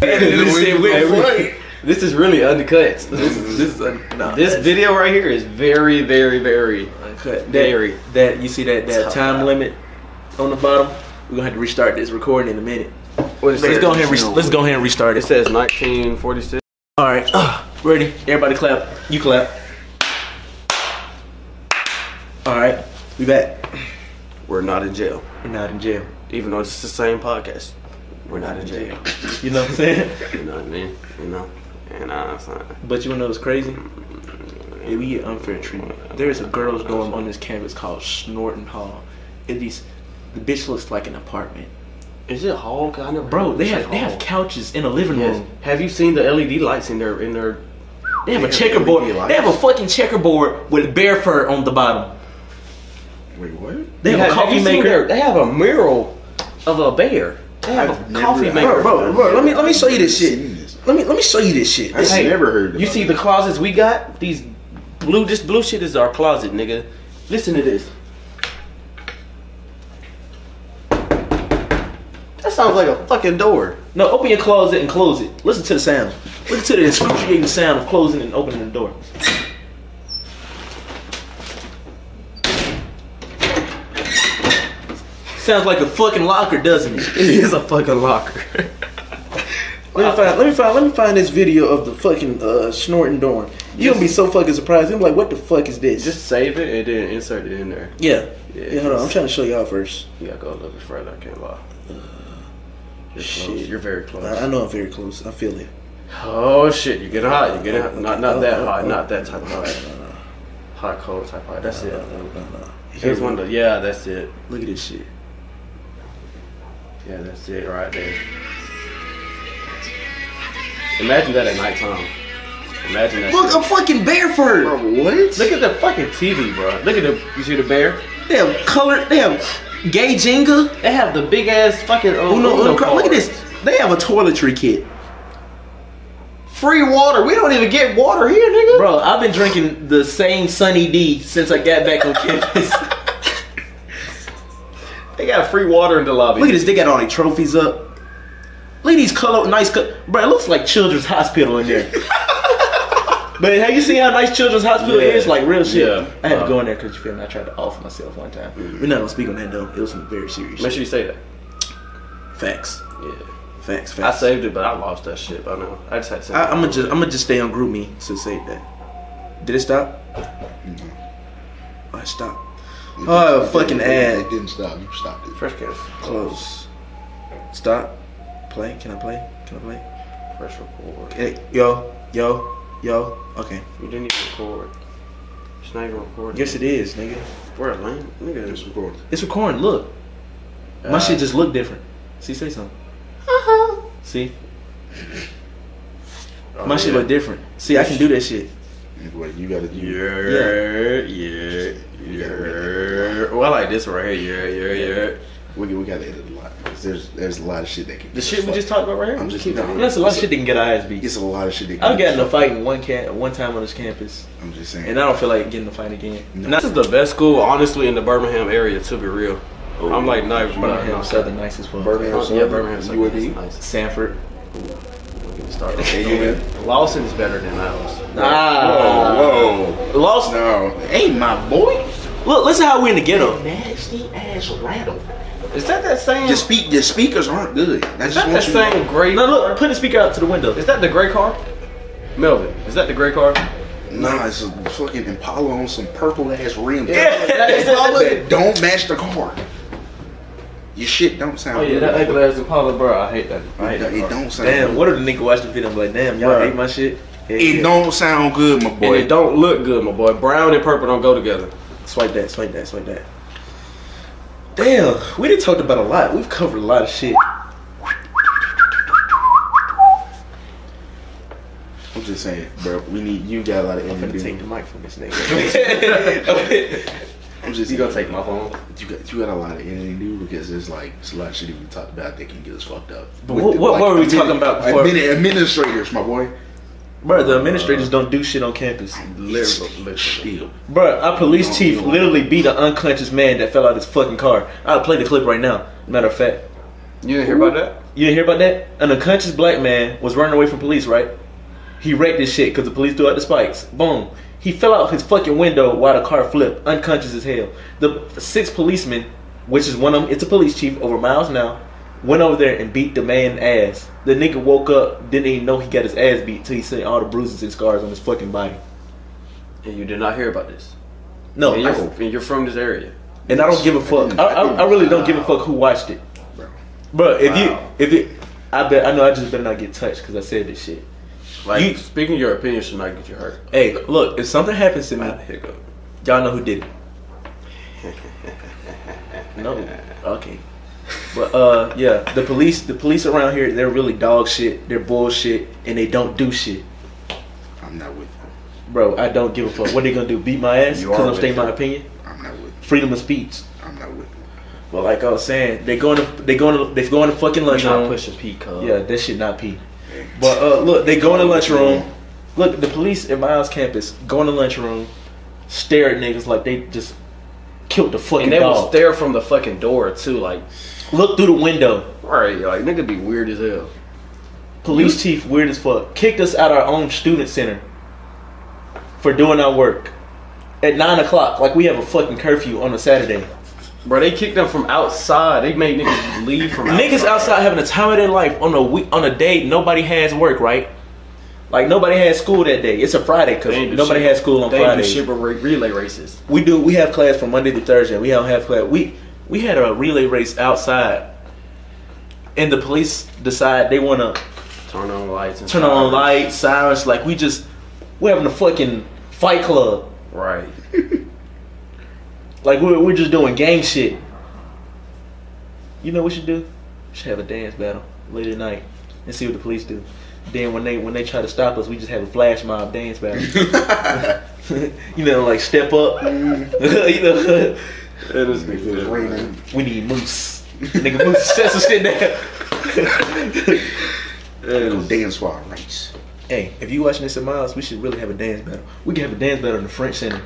Speaker 2: this, shit went
Speaker 3: Right.
Speaker 2: this is really undercut. This, is- this is un- nah,
Speaker 5: This
Speaker 2: that's
Speaker 5: video right here is very, very, very.
Speaker 1: uncut. That,
Speaker 5: Very.
Speaker 1: that you see that that
Speaker 5: Tough.
Speaker 1: time limit on the bottom. We're gonna have to restart this recording in a minute.
Speaker 5: What
Speaker 1: Let's go ahead. And re- let's go ahead and restart
Speaker 5: It
Speaker 1: it.
Speaker 5: says 1946.
Speaker 1: All right, uh, ready? Everybody clap. You clap. All right, we back.
Speaker 5: We're not in jail,
Speaker 1: We're not in jail.
Speaker 5: even though it's the same podcast. We're not in jail.
Speaker 1: You know what I'm saying?
Speaker 5: You know what I mean? You know. And uh, it's not-
Speaker 1: But you wanna know what's crazy? Yeah, we get unfair treatment. There is a girls' dorm on this campus called Snorton Hall. At least the bitch looks like an apartment.
Speaker 5: Is it hall? 'Cause I never
Speaker 1: Bro,
Speaker 5: heard
Speaker 1: they
Speaker 5: of
Speaker 1: have they
Speaker 5: hall.
Speaker 1: have couches in a living
Speaker 5: Yes.
Speaker 1: room.
Speaker 5: Have you seen the LED lights in their in their?
Speaker 1: They have a
Speaker 3: have
Speaker 1: checkerboard.
Speaker 3: LED
Speaker 1: They have a
Speaker 3: lights.
Speaker 1: fucking checkerboard with bear fur on the bottom.
Speaker 3: Wait, what?
Speaker 1: They have a coffee
Speaker 5: you seen
Speaker 1: maker.
Speaker 5: their- they have a mural of a bear. They have
Speaker 3: I've
Speaker 5: a
Speaker 3: never-
Speaker 5: coffee
Speaker 3: I've
Speaker 5: maker.
Speaker 1: Bro, bro, bro, let me let me show you this
Speaker 3: Seen
Speaker 1: shit.
Speaker 3: this.
Speaker 1: Let me let me show you this shit.
Speaker 3: I've
Speaker 1: This-
Speaker 5: Hey,
Speaker 3: never heard. About
Speaker 5: You see
Speaker 3: it.
Speaker 5: the closets we got? These blue. This blue shit is our closet, nigga. Listen to this. That sounds like a fucking door.
Speaker 1: No, open your closet and close it. Listen to the sound. Listen to the excruciating sound of closing and opening the door. Sounds like a fucking locker, doesn't it?
Speaker 5: It is a fucking locker.
Speaker 1: Let me find. Let me find. Let me find this video of the fucking uh, snorting dorm. You're gonna be so fucking surprised. You're like, what the fuck is this?
Speaker 2: Just save it and then insert it in there.
Speaker 1: yeah.
Speaker 2: Yeah,
Speaker 1: Yeah. hold on. I'm trying to show y'all first.
Speaker 2: You gotta go a little bit further. I can't lie. You're
Speaker 1: Shit.
Speaker 2: close. You're very close.
Speaker 1: I, I know I'm very close. I feel it.
Speaker 2: Oh shit! You're getting hot. You're getting hot. not not that hot. Not that type of
Speaker 1: No,
Speaker 2: hot.
Speaker 1: no, no,
Speaker 2: Hot cold type hot. That's it.
Speaker 1: no, no. Here
Speaker 2: Here's
Speaker 1: we
Speaker 2: one.
Speaker 1: go.
Speaker 2: Of the, yeah, that's it.
Speaker 1: Look at this shit.
Speaker 2: Yeah, that's it right there. Imagine that at nighttime. Imagine that.
Speaker 1: Look,
Speaker 2: shit.
Speaker 1: a fucking barefoot.
Speaker 3: Bro, what?
Speaker 2: Look at the fucking TV, bro. Look at the. You see the bear?
Speaker 1: They have colored. They have gay Jenga.
Speaker 5: They have the big ass fucking.
Speaker 2: uh,
Speaker 5: Um,
Speaker 1: Uno, Uno,
Speaker 5: Uno
Speaker 1: card. Look at
Speaker 5: cards.
Speaker 1: this. They have a toiletry kit,
Speaker 5: Free water. We don't even get water here, nigga.
Speaker 1: bro. I've been drinking the same Sunny D since I got back on campus.
Speaker 5: They got free water in the lobby.
Speaker 1: Look at this. They got all their trophies up. Look at these color, nice. Co- bro, it looks like Children's Hospital in there. but have you seen how nice Children's Hospital
Speaker 2: Yeah.
Speaker 1: is? Like real shit.
Speaker 2: Yeah.
Speaker 1: I had to
Speaker 2: Uh.
Speaker 1: go in there because you feel me. I tried to off myself one time. We're not gonna speak on that though. It was some very serious shit.
Speaker 2: Make sure you say that.
Speaker 1: facts.
Speaker 2: Yeah.
Speaker 1: Facts. Facts.
Speaker 2: I saved it, but I lost that shit by now. I just had to. save
Speaker 1: I,
Speaker 2: it.
Speaker 1: I'm gonna just I'm gonna just stay on group me to say that. Did it stop?
Speaker 2: Mm-hmm.
Speaker 1: Oh, it stopped. Oh, fucking ad.
Speaker 3: It didn't stop. You stopped it.
Speaker 2: Fresh kiss.
Speaker 1: Close. Stop. Play. Can I play? Can I play?
Speaker 2: Fresh record.
Speaker 1: Hey, yo, yo, yo. Okay.
Speaker 2: You didn't even record. It's not even recording.
Speaker 1: Yes, it is, nigga.
Speaker 2: We're lame. Nigga.
Speaker 3: Just record.
Speaker 1: It's recording. Look, my shit just look different. See, say something. See,
Speaker 2: Oh,
Speaker 1: my shit look different. See, I can do that shit.
Speaker 3: Wait, you gotta. You,
Speaker 2: Yeah, yeah, yeah. Well, I like this right here. Yeah, yeah, yeah.
Speaker 3: We, we gotta edit a lot. 'cause There's there's a lot of shit that can.
Speaker 2: The shit we just talked about right here.
Speaker 3: I'm just.
Speaker 2: keep
Speaker 3: no,
Speaker 1: That's a lot of shit that can get our ass beat.
Speaker 3: It's a lot of shit that. Can
Speaker 1: I've
Speaker 3: get
Speaker 1: gotten in a
Speaker 3: fucked
Speaker 1: fight in one camp, one time on this campus,
Speaker 3: up. I'm just saying.
Speaker 1: and I don't feel like getting in a fight again.
Speaker 2: Now, This is the best school, honestly, in the Birmingham area. To be real, I'm like, no, bro,
Speaker 1: Birmingham
Speaker 2: no.
Speaker 1: Southern nice as fuck.
Speaker 3: Birmingham
Speaker 2: yeah,
Speaker 3: Southern,
Speaker 2: Birmingham. Southern
Speaker 3: UAB.
Speaker 2: is nice.
Speaker 1: Sanford.
Speaker 2: We can start.
Speaker 3: AUM.
Speaker 2: Lawson is better than ours.
Speaker 3: Uh,
Speaker 1: Ah,
Speaker 3: Whoa, whoa.
Speaker 1: lost.
Speaker 3: No,
Speaker 1: Ain't my boy. Look, listen how we in the ghetto.
Speaker 3: nasty ass rattle.
Speaker 5: Is that that same?
Speaker 3: Your speak, your speakers aren't good. I
Speaker 5: is
Speaker 3: just
Speaker 5: that
Speaker 3: want
Speaker 5: that
Speaker 3: you.
Speaker 5: same gray?
Speaker 1: No,
Speaker 5: car?
Speaker 1: look, put the speaker out to the window.
Speaker 5: Is that the gray car? Melvin, is that the gray car?
Speaker 3: Nah, it's a fucking Impala on some purple ass rims.
Speaker 5: that is
Speaker 3: Impala that don't match the car. Your shit don't sound.
Speaker 5: Oh yeah,
Speaker 3: good.
Speaker 5: that ugly ass Impala, bro. I hate that. I hate that.
Speaker 3: it
Speaker 5: car.
Speaker 3: don't sound.
Speaker 1: Damn,
Speaker 3: good.
Speaker 1: what if the nigga watch the video and be like, damn, y'all
Speaker 2: Bruh.
Speaker 1: hate my shit? Yeah,
Speaker 3: It
Speaker 1: yeah.
Speaker 3: don't sound good, my
Speaker 2: And
Speaker 3: boy.
Speaker 2: it don't look good, my boy. Brown and purple don't go together.
Speaker 1: Swipe that, swipe that, swipe that. Damn, we done talked about a lot. We've covered a lot of shit.
Speaker 3: I'm just saying, bro. We need you got a lot of
Speaker 1: I'm gonna take
Speaker 3: energy.
Speaker 1: the mic from this nigga.
Speaker 3: I'm just
Speaker 2: You gonna take my phone?
Speaker 3: You got you got a lot of energy, dude, because there's like it's a lot of shit that we talked about that can get us fucked up.
Speaker 1: But what- what- what were we talking about before?
Speaker 3: Admin, administrators, my boy.
Speaker 1: Bruh, the administrators don't do shit on campus.
Speaker 2: Literally, literally.
Speaker 3: Still,
Speaker 1: Bruh, our police
Speaker 3: No,
Speaker 1: chief
Speaker 3: you don't.
Speaker 1: literally beat an unconscious man that fell out of his fucking car. I'll play the clip right now. Matter of fact,
Speaker 2: You didn't hear about that?
Speaker 1: You didn't hear about that? An unconscious black man was running away from police, right? He wrecked his shit because the police threw out the spikes. Boom. He fell out his fucking window while the car flipped, unconscious as hell. The six policemen, which is one of them, it's a police chief over miles now, went over there and beat the man ass. The nigga woke up, didn't even know he got his ass beat till he seen all the bruises and scars on his fucking body.
Speaker 2: And you did not hear about this.
Speaker 1: No,
Speaker 2: And
Speaker 1: I-
Speaker 2: you're, and you're from this area.
Speaker 7: And I don't give a fuck.
Speaker 1: I, I, I really don't give a fuck who watched it,
Speaker 7: Bro, if
Speaker 2: Wow.
Speaker 7: you if it
Speaker 1: I bet I know I just better not get touched because I said this shit.
Speaker 2: Like
Speaker 7: You-
Speaker 2: speaking your opinion should not get you hurt.
Speaker 7: hey, look, if something happens to me,
Speaker 2: Hiccup.
Speaker 7: y'all know who did it.
Speaker 1: No,
Speaker 7: Okay. But uh yeah, the police the police around here, they're really dog shit, they're bullshit, and they don't do shit.
Speaker 3: I'm not with you.
Speaker 1: bro, I don't give a fuck. What they gonna do? Beat my ass?
Speaker 2: You are
Speaker 1: Because I'm
Speaker 2: with
Speaker 1: stating my
Speaker 2: them.
Speaker 1: opinion.
Speaker 3: I'm not with you.
Speaker 1: Freedom of speech.
Speaker 3: I'm not with you.
Speaker 7: But like I was saying, they going to they going to they going to fucking
Speaker 2: Not
Speaker 7: lunchroom.
Speaker 2: pushing P cuz.
Speaker 1: Yeah, that shit not pee.
Speaker 7: But uh look, they
Speaker 2: Oh,
Speaker 7: going to lunchroom. Look, the police at Miles campus going to lunchroom, stare at niggas like they just killed the fucking
Speaker 2: And they will
Speaker 1: dog.
Speaker 2: stare from the fucking door too, like
Speaker 1: Look through the window.
Speaker 2: alright, like nigga be weird as hell.
Speaker 1: Police chief, weird as fuck, kicked us out our own student center for doing our work at nine o'clock. Like we have a fucking curfew on a Saturday.
Speaker 2: Bro, they kicked them from outside. They made niggas leave from outside.
Speaker 7: Niggas outside having the time of their life on a week on a day nobody has work, right?
Speaker 1: Like nobody had school that day. It's a Friday because
Speaker 2: They ain't do
Speaker 1: nobody
Speaker 2: shit.
Speaker 1: had school on
Speaker 2: They ain't do
Speaker 1: Friday.
Speaker 2: shit but re- relay races.
Speaker 7: We do. We have class from Monday to Thursday. We don't have class. We we had a relay race outside, and the police decide they want to
Speaker 2: Turn on lights. And
Speaker 7: turn on lights, sirens. Like we just
Speaker 1: We're having a fucking fight club.
Speaker 2: Right.
Speaker 1: Like we're, we're just doing gang shit. You know what we should do? We should have a dance battle late at night and see what the police do. Then when they when they try to stop us, we just have a flash mob dance battle. you know, like step up. you know,
Speaker 2: It is
Speaker 3: It's raining.
Speaker 1: we need moose. Nigga, moose set some shit down.
Speaker 3: Go dance while I race.
Speaker 7: hey, if you watching this at Miles, we should really have a dance battle.
Speaker 1: we can have a dance battle in the French Center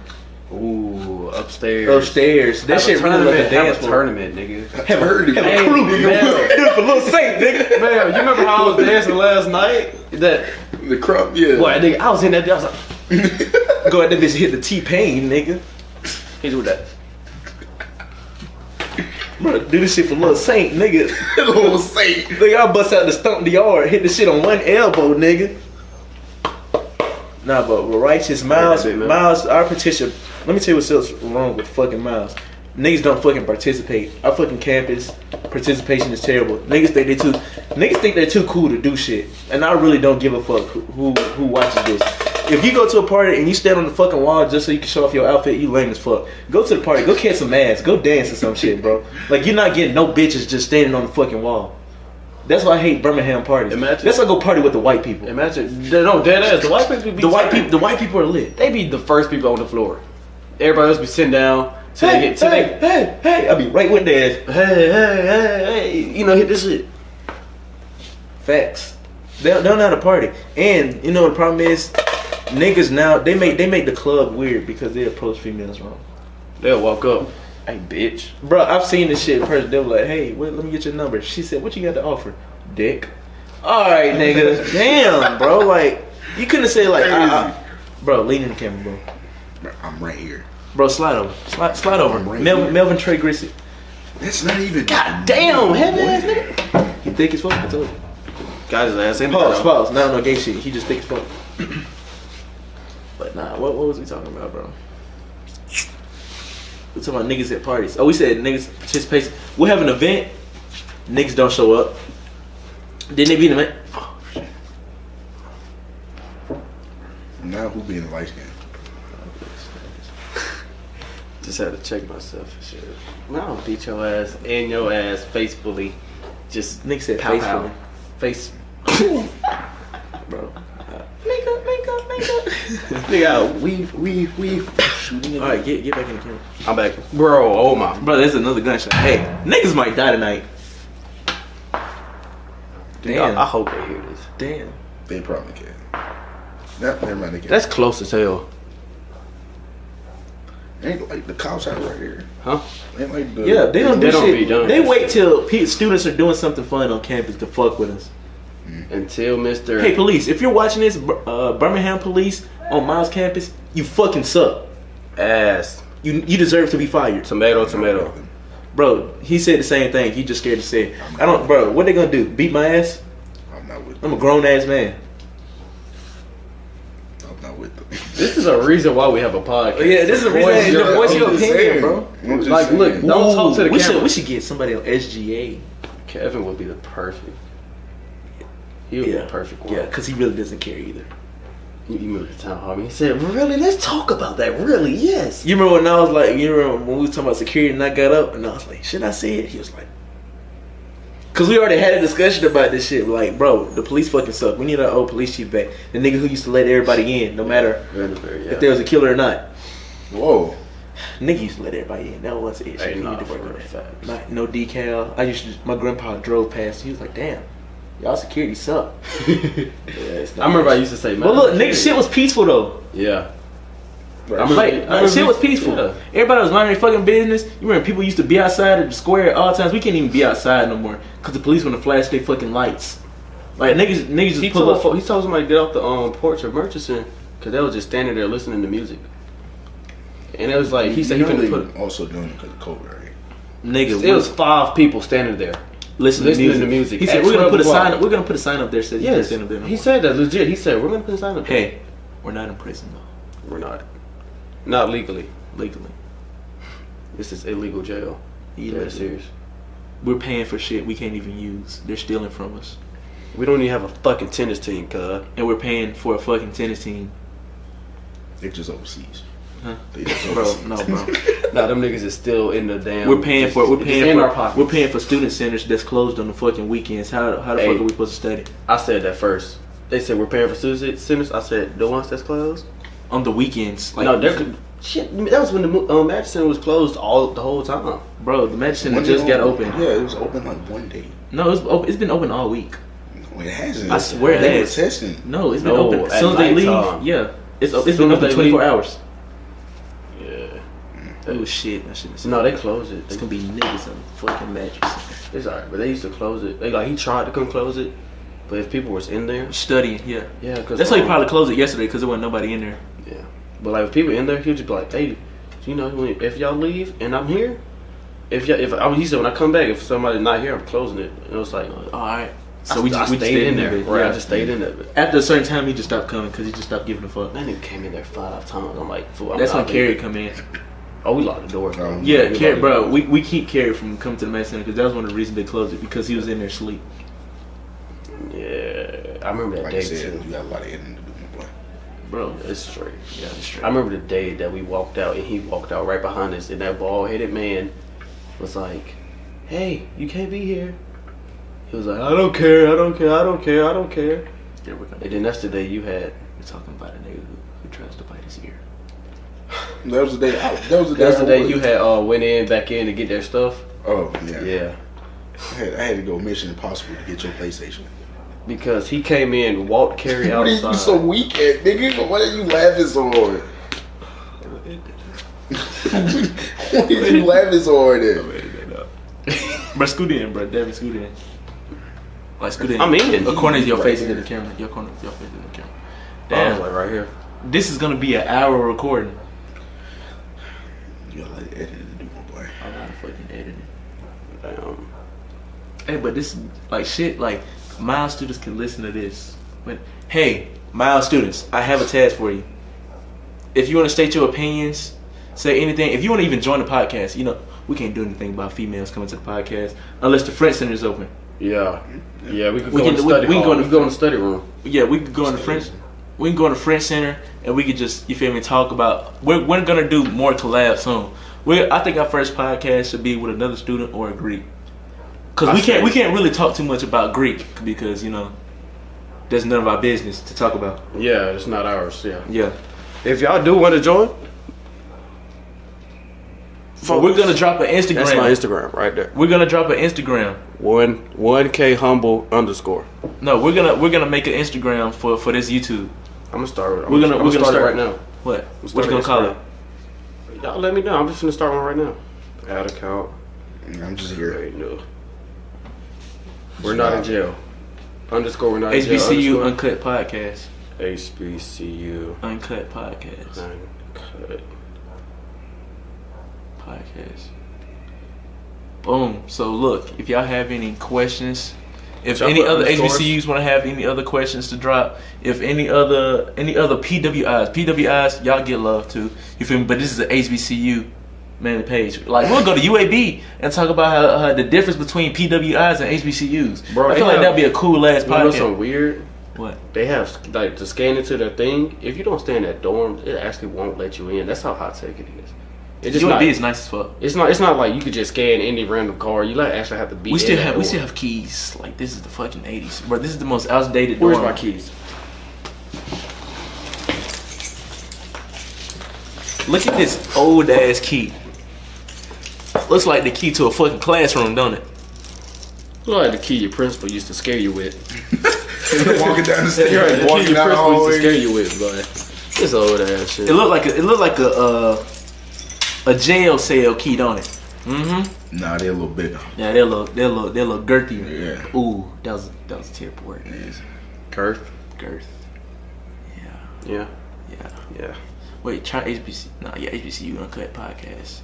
Speaker 2: Ooh, upstairs.
Speaker 1: upstairs. That
Speaker 2: Have
Speaker 1: shit
Speaker 2: a
Speaker 1: really
Speaker 2: tournament.
Speaker 1: like a dance
Speaker 2: Have a
Speaker 1: floor.
Speaker 2: tournament, nigga.
Speaker 3: Have heard of
Speaker 2: Hey, man.
Speaker 1: for little saint, nigga.
Speaker 2: Man, you remember how I was dancing last night? That
Speaker 3: The crop, yeah.
Speaker 2: boy, nigga, I was in that. I was like,
Speaker 7: Go ahead, that bitch hit the T Pain, nigga.
Speaker 2: he's with that.
Speaker 1: Bro, do this shit for little saint, nigga.
Speaker 3: Little saint.
Speaker 1: Nigga, I bust out the stump the yard, hit the shit on one elbow, nigga. Nah, but we're righteous Miles,
Speaker 2: Yeah, that big man.
Speaker 1: Miles, our petition. Let me tell you what's else wrong with fucking Miles. Niggas don't fucking participate. Our fucking campus participation is terrible. Niggas think they too. Niggas think they're too cool to do shit, and I really don't give a fuck who who, who watches this. If you go to a party and you stand on the fucking wall just so you can show off your outfit, you lame as fuck. Go to the party, go catch some ass, go dance or some shit, bro. Like you're not getting no bitches just standing on the fucking wall. That's why I hate Birmingham parties.
Speaker 2: Imagine-
Speaker 1: That's why I go party with the white people.
Speaker 2: Imagine, they- no, dead ass. The white people be
Speaker 7: The white people, the white people are lit.
Speaker 2: They be the first people on the floor. Everybody else be sitting down till they get till
Speaker 1: hey, hey, hey, I'll be right with that.
Speaker 2: they hey hey hey hey. You know, hit this shit.
Speaker 1: Facts.
Speaker 7: They they don't know how to party, and you know the problem is, niggas now they make they make the club weird because they approach females wrong.
Speaker 2: They'll walk up. Hey, bitch.
Speaker 1: Bro, I've seen this shit in person. They were like, hey, wait, let me get your number. She said, what you got to offer? Dick. All right, nigga. Damn, bro. Like, you couldn't say, like, I, I- bro, lean in the camera, bro.
Speaker 3: Bro, I'm right here.
Speaker 7: Bro, slide over, slide, slide over.
Speaker 3: Right
Speaker 7: Melvin,
Speaker 3: here.
Speaker 7: Melvin Trey Grissett.
Speaker 3: That's not even. God
Speaker 1: Damn, heavy ass nigga. He thick as fuck, I told you.
Speaker 2: Got his ass in
Speaker 1: Pause,
Speaker 2: there.
Speaker 1: pause. Now no gay shit. He just thick as fuck.
Speaker 7: But nah, what, what was we talking about, bro? We talking about niggas at parties. Oh, we said niggas participation. We have an event. Niggas don't show up. Then they be in the event.
Speaker 3: Now who being the light skin?
Speaker 2: Just had to check myself and shit. No, beat your ass and your ass faithfully. Just
Speaker 7: Niggas said
Speaker 2: pow
Speaker 7: faithfully.
Speaker 2: pow. Face. Bro.
Speaker 7: Makeup, makeup, makeup.
Speaker 2: Nigga, we, we, we.
Speaker 7: All right, get get back in the camera,
Speaker 2: I'm back. Bro, oh my.
Speaker 7: bro. There's another gunshot. Hey, niggas might die tonight.
Speaker 2: Damn.
Speaker 7: Damn,
Speaker 2: I, I hope they hear this.
Speaker 7: damn.
Speaker 3: They probably can. Nah, never mind. They can.
Speaker 2: That's close as hell.
Speaker 3: Ain't like the cops out right here.
Speaker 2: Huh?
Speaker 3: Ain't like the
Speaker 1: Yeah, they don't do
Speaker 2: They don't
Speaker 1: shit.
Speaker 2: be done.
Speaker 1: They wait till pe- students are doing something fun on campus to fuck with us.
Speaker 2: Until Mr.
Speaker 1: Hey, police, if you're watching this, Bir- uh, Birmingham police on Miles campus, you fucking suck.
Speaker 2: Ass.
Speaker 1: You you deserve to be fired,
Speaker 2: Tomato, tomato.
Speaker 1: bro. He said the same thing. He just scared to say it. I don't, bro. What they gonna do? Beat my ass?
Speaker 3: I'm not with.
Speaker 1: I'm a grown ass man.
Speaker 3: I'm not with them.
Speaker 2: This is a reason why we have a podcast.
Speaker 1: Yeah, this is a
Speaker 2: Voice
Speaker 1: reason.
Speaker 2: your
Speaker 1: Your, voice
Speaker 2: own
Speaker 1: your opinion,
Speaker 3: Saying,
Speaker 1: bro.
Speaker 3: I'm just
Speaker 2: Like,
Speaker 3: saying.
Speaker 2: look, don't talk to the
Speaker 1: we
Speaker 2: camera.
Speaker 1: should we should get somebody on SGA.
Speaker 2: Kevin would be the perfect. He would be
Speaker 1: Yeah,
Speaker 2: the perfect one.
Speaker 1: Yeah, because he really doesn't care either.
Speaker 2: You moved to town hall. He said, "Really? Let's talk about that. Really? Yes."
Speaker 1: You remember when I was like, you remember when we was talking about security and I got up and I was like, should I say it? He was like, because we already had a discussion about this shit. Like, bro, the police fucking suck. We need our old police chief back. The nigga who used to let everybody in, no matter if there
Speaker 2: Yeah.
Speaker 1: was a killer or not.
Speaker 3: Whoa.
Speaker 1: Nigga used to let everybody in. That was it.
Speaker 2: Hey,
Speaker 1: Hey,
Speaker 2: nah,
Speaker 1: need to work on
Speaker 2: for real,
Speaker 1: that.
Speaker 2: facts.
Speaker 1: Not, no decal. I used to, my grandpa drove past. He was like, damn, y'all security suck. Yeah, it's
Speaker 2: I
Speaker 1: not
Speaker 2: remember I
Speaker 1: much.
Speaker 2: used to say,
Speaker 1: But
Speaker 2: "Man,
Speaker 1: look, nigga, shit was peaceful though.
Speaker 2: Yeah. I
Speaker 3: Right.
Speaker 2: remember-
Speaker 1: Like,
Speaker 2: I
Speaker 1: like,
Speaker 2: remember-
Speaker 1: shit was peaceful.
Speaker 2: Yeah.
Speaker 1: Everybody was minding their fucking business. You remember people used to be outside at the square at all times. We can't even be outside no more because the police want to flash their fucking lights. Like niggas, niggas just
Speaker 2: He
Speaker 1: pull
Speaker 2: told,
Speaker 1: up.
Speaker 2: he told somebody to get off the um, porch of Murchison because they was just standing there listening to music. And it was like he said he
Speaker 3: You know
Speaker 2: finna
Speaker 3: they
Speaker 2: put.
Speaker 3: also doing it because of COVID, right?
Speaker 1: nigga,
Speaker 2: It was five people standing there.
Speaker 1: listening,
Speaker 2: listening
Speaker 1: to music.
Speaker 2: to music
Speaker 1: He said
Speaker 2: at
Speaker 1: we're gonna
Speaker 2: 12
Speaker 1: put a sign.
Speaker 2: o'clock."
Speaker 1: We're gonna put a sign up there. that Says you can't
Speaker 2: Yes,
Speaker 1: stand up there no
Speaker 2: he
Speaker 1: more.
Speaker 2: said that legit. He said we're gonna put a sign up. there."
Speaker 1: hey, we're not in prison though,
Speaker 2: we're not, not legally.
Speaker 1: legally.
Speaker 2: This is illegal jail.
Speaker 1: You
Speaker 2: Yeah,
Speaker 1: know,
Speaker 2: serious.
Speaker 1: We're paying for shit we can't even use. They're stealing from us,
Speaker 2: We don't even have a fucking tennis team, cuz.
Speaker 1: and we're paying for a fucking tennis team.
Speaker 3: They just overseas.
Speaker 1: Huh?
Speaker 3: They just
Speaker 1: Bro,
Speaker 3: overseas.
Speaker 1: no, bro.
Speaker 2: Nah, them niggas is still in the damn.
Speaker 1: We're paying for it. We're
Speaker 2: it's
Speaker 1: paying
Speaker 2: in
Speaker 1: for
Speaker 2: our pockets.
Speaker 1: we're paying for student centers that's closed on the fucking weekends. How how the
Speaker 2: Hey.
Speaker 1: fuck are we supposed to study
Speaker 2: I said that first. They said we're paying for suicide centers. I said the ones that's closed.
Speaker 1: on the weekends? Like,
Speaker 2: no, they're shit. That was when the mo- um, Magic Center was closed all the whole time.
Speaker 1: bro. The Magic Center
Speaker 3: When
Speaker 1: just
Speaker 3: they
Speaker 1: got
Speaker 3: open-
Speaker 1: open.
Speaker 3: Yeah, it was open like one day.
Speaker 1: No, it's op- it's been open all week.
Speaker 3: No, it hasn't.
Speaker 1: I swear it
Speaker 3: they were
Speaker 1: has.
Speaker 3: testing.
Speaker 1: No, it's been
Speaker 2: No,
Speaker 1: open. As
Speaker 2: at
Speaker 1: soon as they leave,
Speaker 2: nighttime.
Speaker 1: yeah, it's
Speaker 2: As
Speaker 1: it's
Speaker 2: soon
Speaker 1: been
Speaker 2: as
Speaker 1: open
Speaker 2: they
Speaker 1: twenty four
Speaker 2: leave.
Speaker 1: hours.
Speaker 2: Yeah.
Speaker 1: Oh shit, that shit is.
Speaker 2: No, they closed it.
Speaker 1: it's
Speaker 2: They-
Speaker 1: gonna be niggas on the fucking Magic Center
Speaker 2: It's alright, but they used to close it. They like he tried to come close it, but if people was in there,
Speaker 1: studying. Yeah,
Speaker 2: yeah, cause
Speaker 1: that's why he
Speaker 2: um,
Speaker 1: probably closed it yesterday because there wasn't nobody in there.
Speaker 2: Yeah, but like if people in there, he'll just be like, hey, you know, when- if y'all leave and I'm here, if y'all, if I, he said when I come back, if somebody's not here, I'm closing it. And it was like,
Speaker 1: All right, so
Speaker 2: so I,
Speaker 1: we just
Speaker 2: I
Speaker 1: we just
Speaker 2: stayed in there.
Speaker 1: bit,
Speaker 2: Right, I
Speaker 1: yeah.
Speaker 2: just stayed in there. But
Speaker 1: After a certain time, he just stopped coming because he just stopped giving a fuck.
Speaker 2: that nigga came in there five times. I'm like, fool. I'm
Speaker 1: That's when
Speaker 2: not
Speaker 1: Carrie
Speaker 2: leaving.
Speaker 1: come in.
Speaker 2: Oh, we locked the door. bro.
Speaker 3: Um,
Speaker 1: Yeah,
Speaker 2: We
Speaker 1: Carrie,
Speaker 2: locked
Speaker 1: bro, we, we keep Carrie from coming to the Magic Center because that was one of the reasons they closed it because he was in there sleep.
Speaker 2: the door. Yeah, I remember that
Speaker 3: Like
Speaker 2: day
Speaker 3: I said,
Speaker 2: too.
Speaker 3: you got a lot of editing to do, my boy.
Speaker 1: Bro,
Speaker 2: It's straight.
Speaker 1: yeah, that's true.
Speaker 2: I remember the day that we walked out and he walked out right behind us and that bald headed man was like, Hey, you can't be here. He was like, I don't care, I don't care, I don't care, I don't care.
Speaker 1: Yeah, we're, gonna,
Speaker 2: And then that's the day you had
Speaker 1: we're talking about a nigga who, who tries to bite his ear.
Speaker 3: That was the day. I, that was the day.
Speaker 2: that's the
Speaker 3: I
Speaker 2: day
Speaker 3: worked.
Speaker 2: you had uh went in back in to get their stuff.
Speaker 3: Oh yeah.
Speaker 2: Yeah.
Speaker 3: I had, I had to go Mission Impossible to get your PlayStation.
Speaker 2: Because he came in, walked Carrie
Speaker 3: What are you
Speaker 2: outside.
Speaker 3: so weak at, nigga? Why are you laughing so hard? Why are you laughing so hard at?
Speaker 1: Bro, scoot in, bro. Devin, scoot in. Like, scoot in.
Speaker 2: I'm in.
Speaker 1: A corner of your
Speaker 3: Right
Speaker 1: face into
Speaker 3: here.
Speaker 1: the camera. Your corner of your face into the camera.
Speaker 2: Damn,
Speaker 1: Damn,
Speaker 2: Oh, like right here.
Speaker 1: this is gonna be an hour recording.
Speaker 3: You got a lot of editing to do, my boy.
Speaker 1: I'm not fucking editing.
Speaker 2: Damn.
Speaker 1: Hey, but this like shit. Like Miles students can listen to this. But hey, Miles students, I have a task for you. If you want to state your opinions, say anything. If you want to even join the podcast, you know we can't do anything about females coming to the podcast unless the French Center is open.
Speaker 2: Yeah. Yeah, we could
Speaker 1: We
Speaker 2: go
Speaker 1: can-
Speaker 2: in the
Speaker 1: we-
Speaker 2: study
Speaker 1: we can
Speaker 2: hall.
Speaker 1: go in
Speaker 2: We
Speaker 1: the-
Speaker 2: could go in the study room.
Speaker 1: Yeah, we could go in the French. We can go in the French Center and we could just you feel me talk about. We're we're gonna do more collabs soon. We I think our first podcast should be with another student or a Greek, because we
Speaker 2: I say-
Speaker 1: can't we can't really talk too much about Greek because you know that's none of our business to talk about.
Speaker 2: Yeah, it's not ours, yeah.
Speaker 1: Yeah,
Speaker 2: If y'all do want to join,
Speaker 1: so we're gonna drop an Instagram.
Speaker 2: that's my Instagram right there.
Speaker 1: We're gonna drop an Instagram.
Speaker 2: One one K humble underscore.
Speaker 1: No, we're gonna we're gonna make an Instagram for for this YouTube.
Speaker 2: I'm gonna start. I'm
Speaker 1: We're gonna
Speaker 2: I'm
Speaker 1: we're gonna
Speaker 2: start
Speaker 1: start
Speaker 2: right now.
Speaker 1: What? What
Speaker 2: starting
Speaker 1: you gonna call it?
Speaker 2: Instagram.
Speaker 5: Y'all let me know. I'm just gonna start one right now.
Speaker 2: Add account.
Speaker 3: I'm just here.
Speaker 2: Right, no. We're not in jail. Underscore, we're not in jail.
Speaker 1: HBCU
Speaker 2: underscore.
Speaker 1: Uncut Podcast.
Speaker 2: HBCU.
Speaker 1: Uncut Podcast.
Speaker 2: Uncut.
Speaker 1: Podcast. Boom. So look, if y'all have any questions, if
Speaker 2: Y'all
Speaker 1: any
Speaker 2: put
Speaker 1: other
Speaker 2: underscores?
Speaker 1: HBCUs want to have any other questions to drop, if any other any other PWIs, PWIs, y'all get love too. You feel me? But this is a HBCU man page. Like we'll go to UAB and talk about how, how the difference between PWIs and HBCUs.
Speaker 2: Bro,
Speaker 1: I feel
Speaker 2: they
Speaker 1: like
Speaker 2: have-
Speaker 1: that'd be a cool ass
Speaker 2: You know
Speaker 1: podcast.
Speaker 2: something weird?
Speaker 1: What?
Speaker 2: They have like to scan into their thing. If you don't stay in that dorm, it actually won't let you in. That's how hot take it is. It's just
Speaker 1: UAB
Speaker 2: not,
Speaker 1: is nice as fuck.
Speaker 2: It's not. It's not like you could just scan any random car. You like actually have to be.
Speaker 1: We
Speaker 2: in
Speaker 1: still
Speaker 2: that
Speaker 1: have we
Speaker 2: dorm.
Speaker 1: still have keys. Like this is the fucking eighties, bro. This is the most outdated.
Speaker 2: Where's
Speaker 1: dorm.
Speaker 2: my keys?
Speaker 1: Look at this old ass key. Looks like the key to a fucking classroom, don't it?
Speaker 2: Look like the key your principal used to scare you with.
Speaker 3: Walking down the
Speaker 2: You're right,
Speaker 3: stairs,
Speaker 2: the key
Speaker 3: walking
Speaker 2: your
Speaker 3: down the
Speaker 2: principal used to
Speaker 3: hallway.
Speaker 2: scare you with, but it's old ass shit.
Speaker 1: It looked like a, it looked like a uh, a jail cell key, don't it?
Speaker 3: Nah, they're a little bigger.
Speaker 1: Yeah, they look they look they look girthy.
Speaker 3: Yeah.
Speaker 1: Ooh, that was that was a terrible word.
Speaker 2: Girth.
Speaker 1: Girth. Yeah,
Speaker 2: Yeah.
Speaker 1: yeah.
Speaker 2: Yeah.
Speaker 1: Wait, try HBC. Nah, yeah, HBCU Uncut Podcast.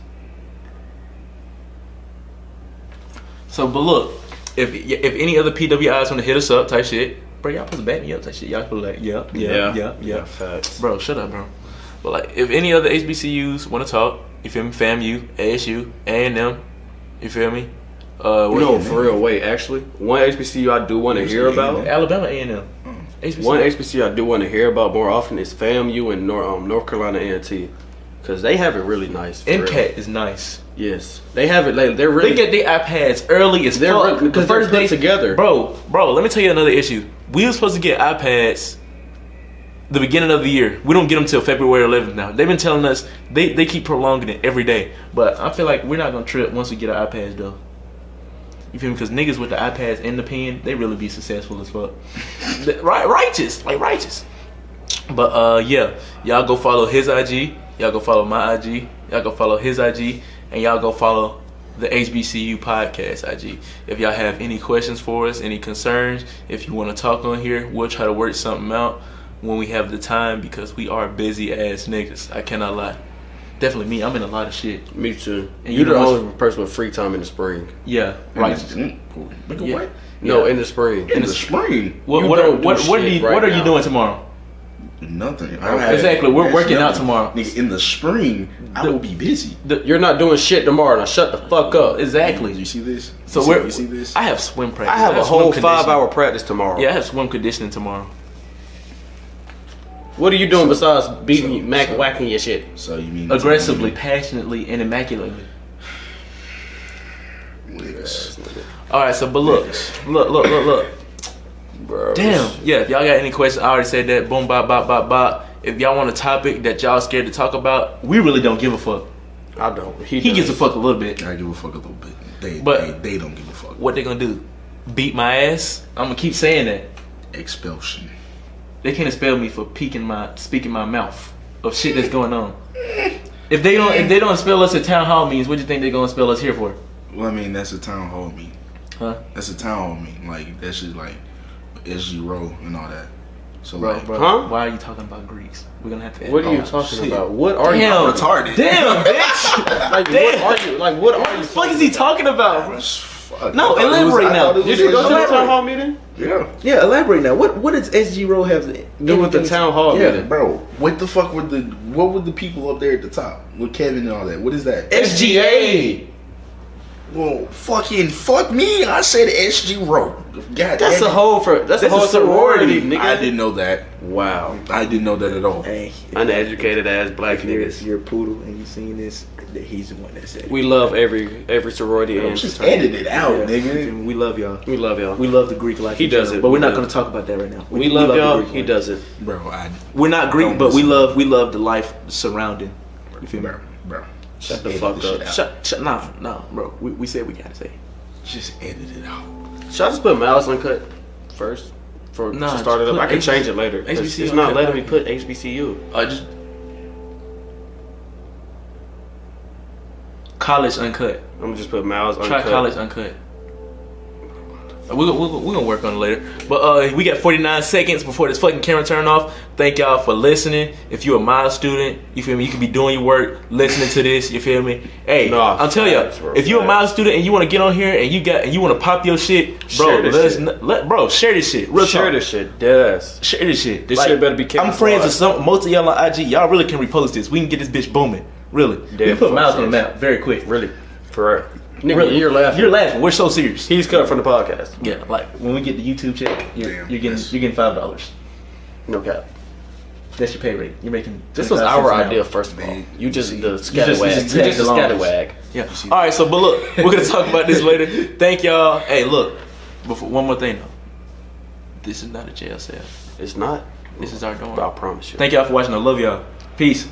Speaker 1: So, but look, if if any other PWIs want to hit us up, type shit, bro, y'all supposed to back me up, type shit. Y'all supposed to like, yeah, yeah, yeah, yeah.
Speaker 2: Facts.
Speaker 1: Bro, shut up, bro. But like, if any other HBCUs want to talk, you feel me? FAMU, ASU, A&M, you feel me? Uh, what-
Speaker 2: No, for real. Wait, actually, one HBCU I do want to hear about.
Speaker 1: Alabama A&M. HBCU.
Speaker 2: Mm. One HBCU I do want to hear about more often is FAMU and North, um, North Carolina A&T. Because they have it really nice. for real.
Speaker 1: Impact is nice.
Speaker 2: Yes. They have it. Like, they're really
Speaker 1: They get their iPads early as
Speaker 2: They're
Speaker 1: fuck.
Speaker 2: re- 'cause they're put together.
Speaker 1: bro. Bro, let me tell you another issue. We were supposed to get iPads the beginning of the year. We don't get them till February 11th now. They've been telling us they they keep prolonging it every day. But I feel like we're not gonna trip once we get our iPads though. You feel me? Because niggas with the iPads and the pen, they really be successful as fuck. right, righteous, like righteous. But uh, yeah, y'all go follow his IG. Y'all go follow my IG. Y'all go follow his IG, and y'all go follow the HBCU podcast IG. If y'all have any questions for us, any concerns, if you want to talk on here, we'll try to work something out when we have the time because we are busy ass niggas. I cannot lie. Definitely me. I'm in a lot of shit.
Speaker 2: Me too.
Speaker 1: And
Speaker 2: You're
Speaker 1: you
Speaker 2: the
Speaker 1: know-
Speaker 2: only person with free time in the spring.
Speaker 1: Yeah, righteous.
Speaker 3: Look at
Speaker 1: Yeah.
Speaker 3: mm, what?
Speaker 2: No,
Speaker 1: Yeah.
Speaker 2: in the spring.
Speaker 3: In the spring?
Speaker 1: What
Speaker 2: You
Speaker 1: what are,
Speaker 2: don't do
Speaker 1: what what are
Speaker 2: shit
Speaker 1: you
Speaker 2: right
Speaker 1: what are you
Speaker 2: now.
Speaker 1: doing tomorrow?
Speaker 3: Nothing.
Speaker 1: Oh, Exactly, we're
Speaker 3: That's
Speaker 1: working out
Speaker 3: nothing.
Speaker 1: tomorrow.
Speaker 3: Nigga, in the spring, I will be busy.
Speaker 2: You're not doing shit tomorrow. Now shut the fuck up.
Speaker 1: Exactly.
Speaker 3: You see this?
Speaker 1: So
Speaker 3: you see,
Speaker 1: we're,
Speaker 3: you see this?
Speaker 1: I have swim practice.
Speaker 2: I have a
Speaker 1: swim
Speaker 2: whole five
Speaker 1: conditioning.
Speaker 2: hour practice tomorrow.
Speaker 1: Yeah, I have swim conditioning tomorrow.
Speaker 2: What are you doing besides beating,
Speaker 3: so-
Speaker 2: mac
Speaker 3: so-
Speaker 2: whacking your shit?
Speaker 3: so you mean
Speaker 1: aggressively, passionately, and immaculately.
Speaker 3: Yes.
Speaker 1: All right, so but look, look, look, look, look.
Speaker 2: Bro.
Speaker 1: Damn. Yeah, if y'all got any questions, I already said that. Boom, bop, bop, bop, bop. If y'all want a topic that y'all scared to talk about, we really don't give a fuck.
Speaker 2: I don't.
Speaker 1: He
Speaker 2: does.
Speaker 1: gives a fuck a little bit.
Speaker 3: I give a fuck a little bit. They,
Speaker 1: But-
Speaker 3: they, they don't give a fuck.
Speaker 1: What they gonna do? Beat my ass? I'm gonna keep saying that.
Speaker 3: Expulsion.
Speaker 1: They can't expel me for peeking my speaking my mouth of shit that's going on. If they don't if they don't expel us at town hall meetings, what do you think they gonna expel us here for?
Speaker 3: Well, I mean, that's a town hall meeting.
Speaker 1: Huh?
Speaker 3: That's a town hall meeting. Like, that shit, like, SG roll and all that. So,
Speaker 1: Bro,
Speaker 3: like,
Speaker 1: bro,
Speaker 2: Huh?
Speaker 1: why are you talking about Greeks? We're gonna have to.
Speaker 2: What are you
Speaker 1: Oh,
Speaker 2: talking
Speaker 3: shit.
Speaker 2: about? What are
Speaker 1: Damn.
Speaker 2: you?
Speaker 3: retarded.
Speaker 1: Damn, bitch!
Speaker 2: Like,
Speaker 1: Damn.
Speaker 2: what are you? Like, what are you?
Speaker 1: fuck is he talking about? bro?
Speaker 3: Fuck.
Speaker 1: No,
Speaker 3: I thought it was-
Speaker 1: elaborate
Speaker 3: I
Speaker 1: now.
Speaker 3: thought it
Speaker 2: Did
Speaker 3: was
Speaker 2: you go to the
Speaker 3: like-
Speaker 2: town hall meeting?
Speaker 3: Yeah.
Speaker 6: Yeah, elaborate now. What what does SG Row have to
Speaker 2: Do with the town hall
Speaker 3: Yeah,
Speaker 2: meeting.
Speaker 3: bro. What the fuck were the what were the people up there at the top with Kevin and all that? What is that?
Speaker 2: SGA.
Speaker 3: Eh, Well, fucking fuck me. I said SG row. God
Speaker 2: That's
Speaker 3: damn
Speaker 2: a
Speaker 3: it.
Speaker 2: whole for. That's,
Speaker 1: That's
Speaker 2: a whole
Speaker 1: a sorority,
Speaker 2: sorority, nigga.
Speaker 3: I didn't know that.
Speaker 2: Wow.
Speaker 3: I didn't know that at all.
Speaker 6: Hey,
Speaker 2: Uneducated ass black
Speaker 6: if you're, if
Speaker 2: niggas.
Speaker 6: you're a poodle and you seen this, that he's the one that said it.
Speaker 2: We love every every sorority and
Speaker 3: Just
Speaker 2: fraternity.
Speaker 3: edit it out, Oh, nigga.
Speaker 6: We love y'all.
Speaker 2: We love y'all.
Speaker 6: We love the Greek life.
Speaker 2: He
Speaker 6: in
Speaker 2: does
Speaker 6: general,
Speaker 2: it.
Speaker 6: But we're not
Speaker 2: We
Speaker 6: going to
Speaker 2: love-
Speaker 6: talk about that right now.
Speaker 2: We love
Speaker 6: the
Speaker 2: y'all.
Speaker 6: Greek
Speaker 2: He
Speaker 6: life.
Speaker 2: doesn't.
Speaker 3: Bro, I
Speaker 6: We're not Greek,
Speaker 3: Don't
Speaker 6: but we
Speaker 3: listen.
Speaker 6: love we love the life surrounding. You feel me?
Speaker 3: bro, bro.
Speaker 2: Shut
Speaker 3: Just
Speaker 2: the
Speaker 3: edit
Speaker 2: fuck
Speaker 3: this shit
Speaker 2: up.
Speaker 3: out.
Speaker 6: Shut, shut, nah, nah, bro. We, we said we gotta say.
Speaker 3: Just edit it out.
Speaker 2: Should I just put Malice Uncut first for
Speaker 1: Nah,
Speaker 2: to start it
Speaker 1: just put
Speaker 2: up? I can
Speaker 1: HBCU
Speaker 2: change it later. 'cause
Speaker 1: HBCU
Speaker 2: it's not
Speaker 1: Uncut.
Speaker 2: letting me put HBCU.
Speaker 1: I just college uncut.
Speaker 2: I'm gonna just put Miles
Speaker 1: Try
Speaker 2: uncut.
Speaker 1: college uncut. Uh, We're, we're, we're gonna work on it later. But uh, we got 49 seconds before this fucking camera turn off. Thank y'all for listening. If you're a mod student, you feel me? You can be doing your work, listening to this. You feel me? Hey,
Speaker 2: Nah,
Speaker 1: I'm telling y'all,
Speaker 2: facts, bro,
Speaker 1: if you're a
Speaker 2: facts.
Speaker 1: mod student and you want to get on here and you got and you want to pop your shit, bro,
Speaker 2: Share this
Speaker 1: let us
Speaker 2: shit.
Speaker 1: kn- let bro share this shit. Real
Speaker 2: Share
Speaker 1: talk.
Speaker 2: this shit, dead ass.
Speaker 1: Share this shit.
Speaker 2: This shit better be kicking
Speaker 1: I'm friends
Speaker 2: for
Speaker 1: with
Speaker 2: us.
Speaker 1: some most of y'all on IG. Y'all really can repost this. We can get this bitch booming. Really, we
Speaker 2: Dead
Speaker 1: put miles
Speaker 2: fuck
Speaker 1: on the
Speaker 2: serious.
Speaker 1: map very quick.
Speaker 2: Really, for real. Nigga,
Speaker 1: Really.
Speaker 2: you're laughing.
Speaker 1: You're laughing. We're so serious.
Speaker 2: He's cut from the podcast.
Speaker 1: Yeah, like when we get the YouTube check, you're,
Speaker 3: Damn,
Speaker 1: you're getting
Speaker 3: that's-
Speaker 1: you're getting five dollars.
Speaker 2: No cap.
Speaker 1: That's your pay rate. You're making.
Speaker 5: This was
Speaker 1: 25
Speaker 5: our
Speaker 1: cents an
Speaker 5: idea,
Speaker 1: hour.
Speaker 5: first of all.
Speaker 3: Man,
Speaker 5: You just the
Speaker 1: you just
Speaker 5: scatterwag. You just,
Speaker 1: tagged
Speaker 5: a
Speaker 1: along.
Speaker 5: scatterwag.
Speaker 1: Yeah. All right. So, but look, we're gonna talk about this later. Thank y'all. Hey, look. Before one more thing though, this is not a jail cell.
Speaker 2: It's not.
Speaker 1: This is our dorm.
Speaker 2: I promise you.
Speaker 1: Thank y'all for watching. I love y'all. Peace.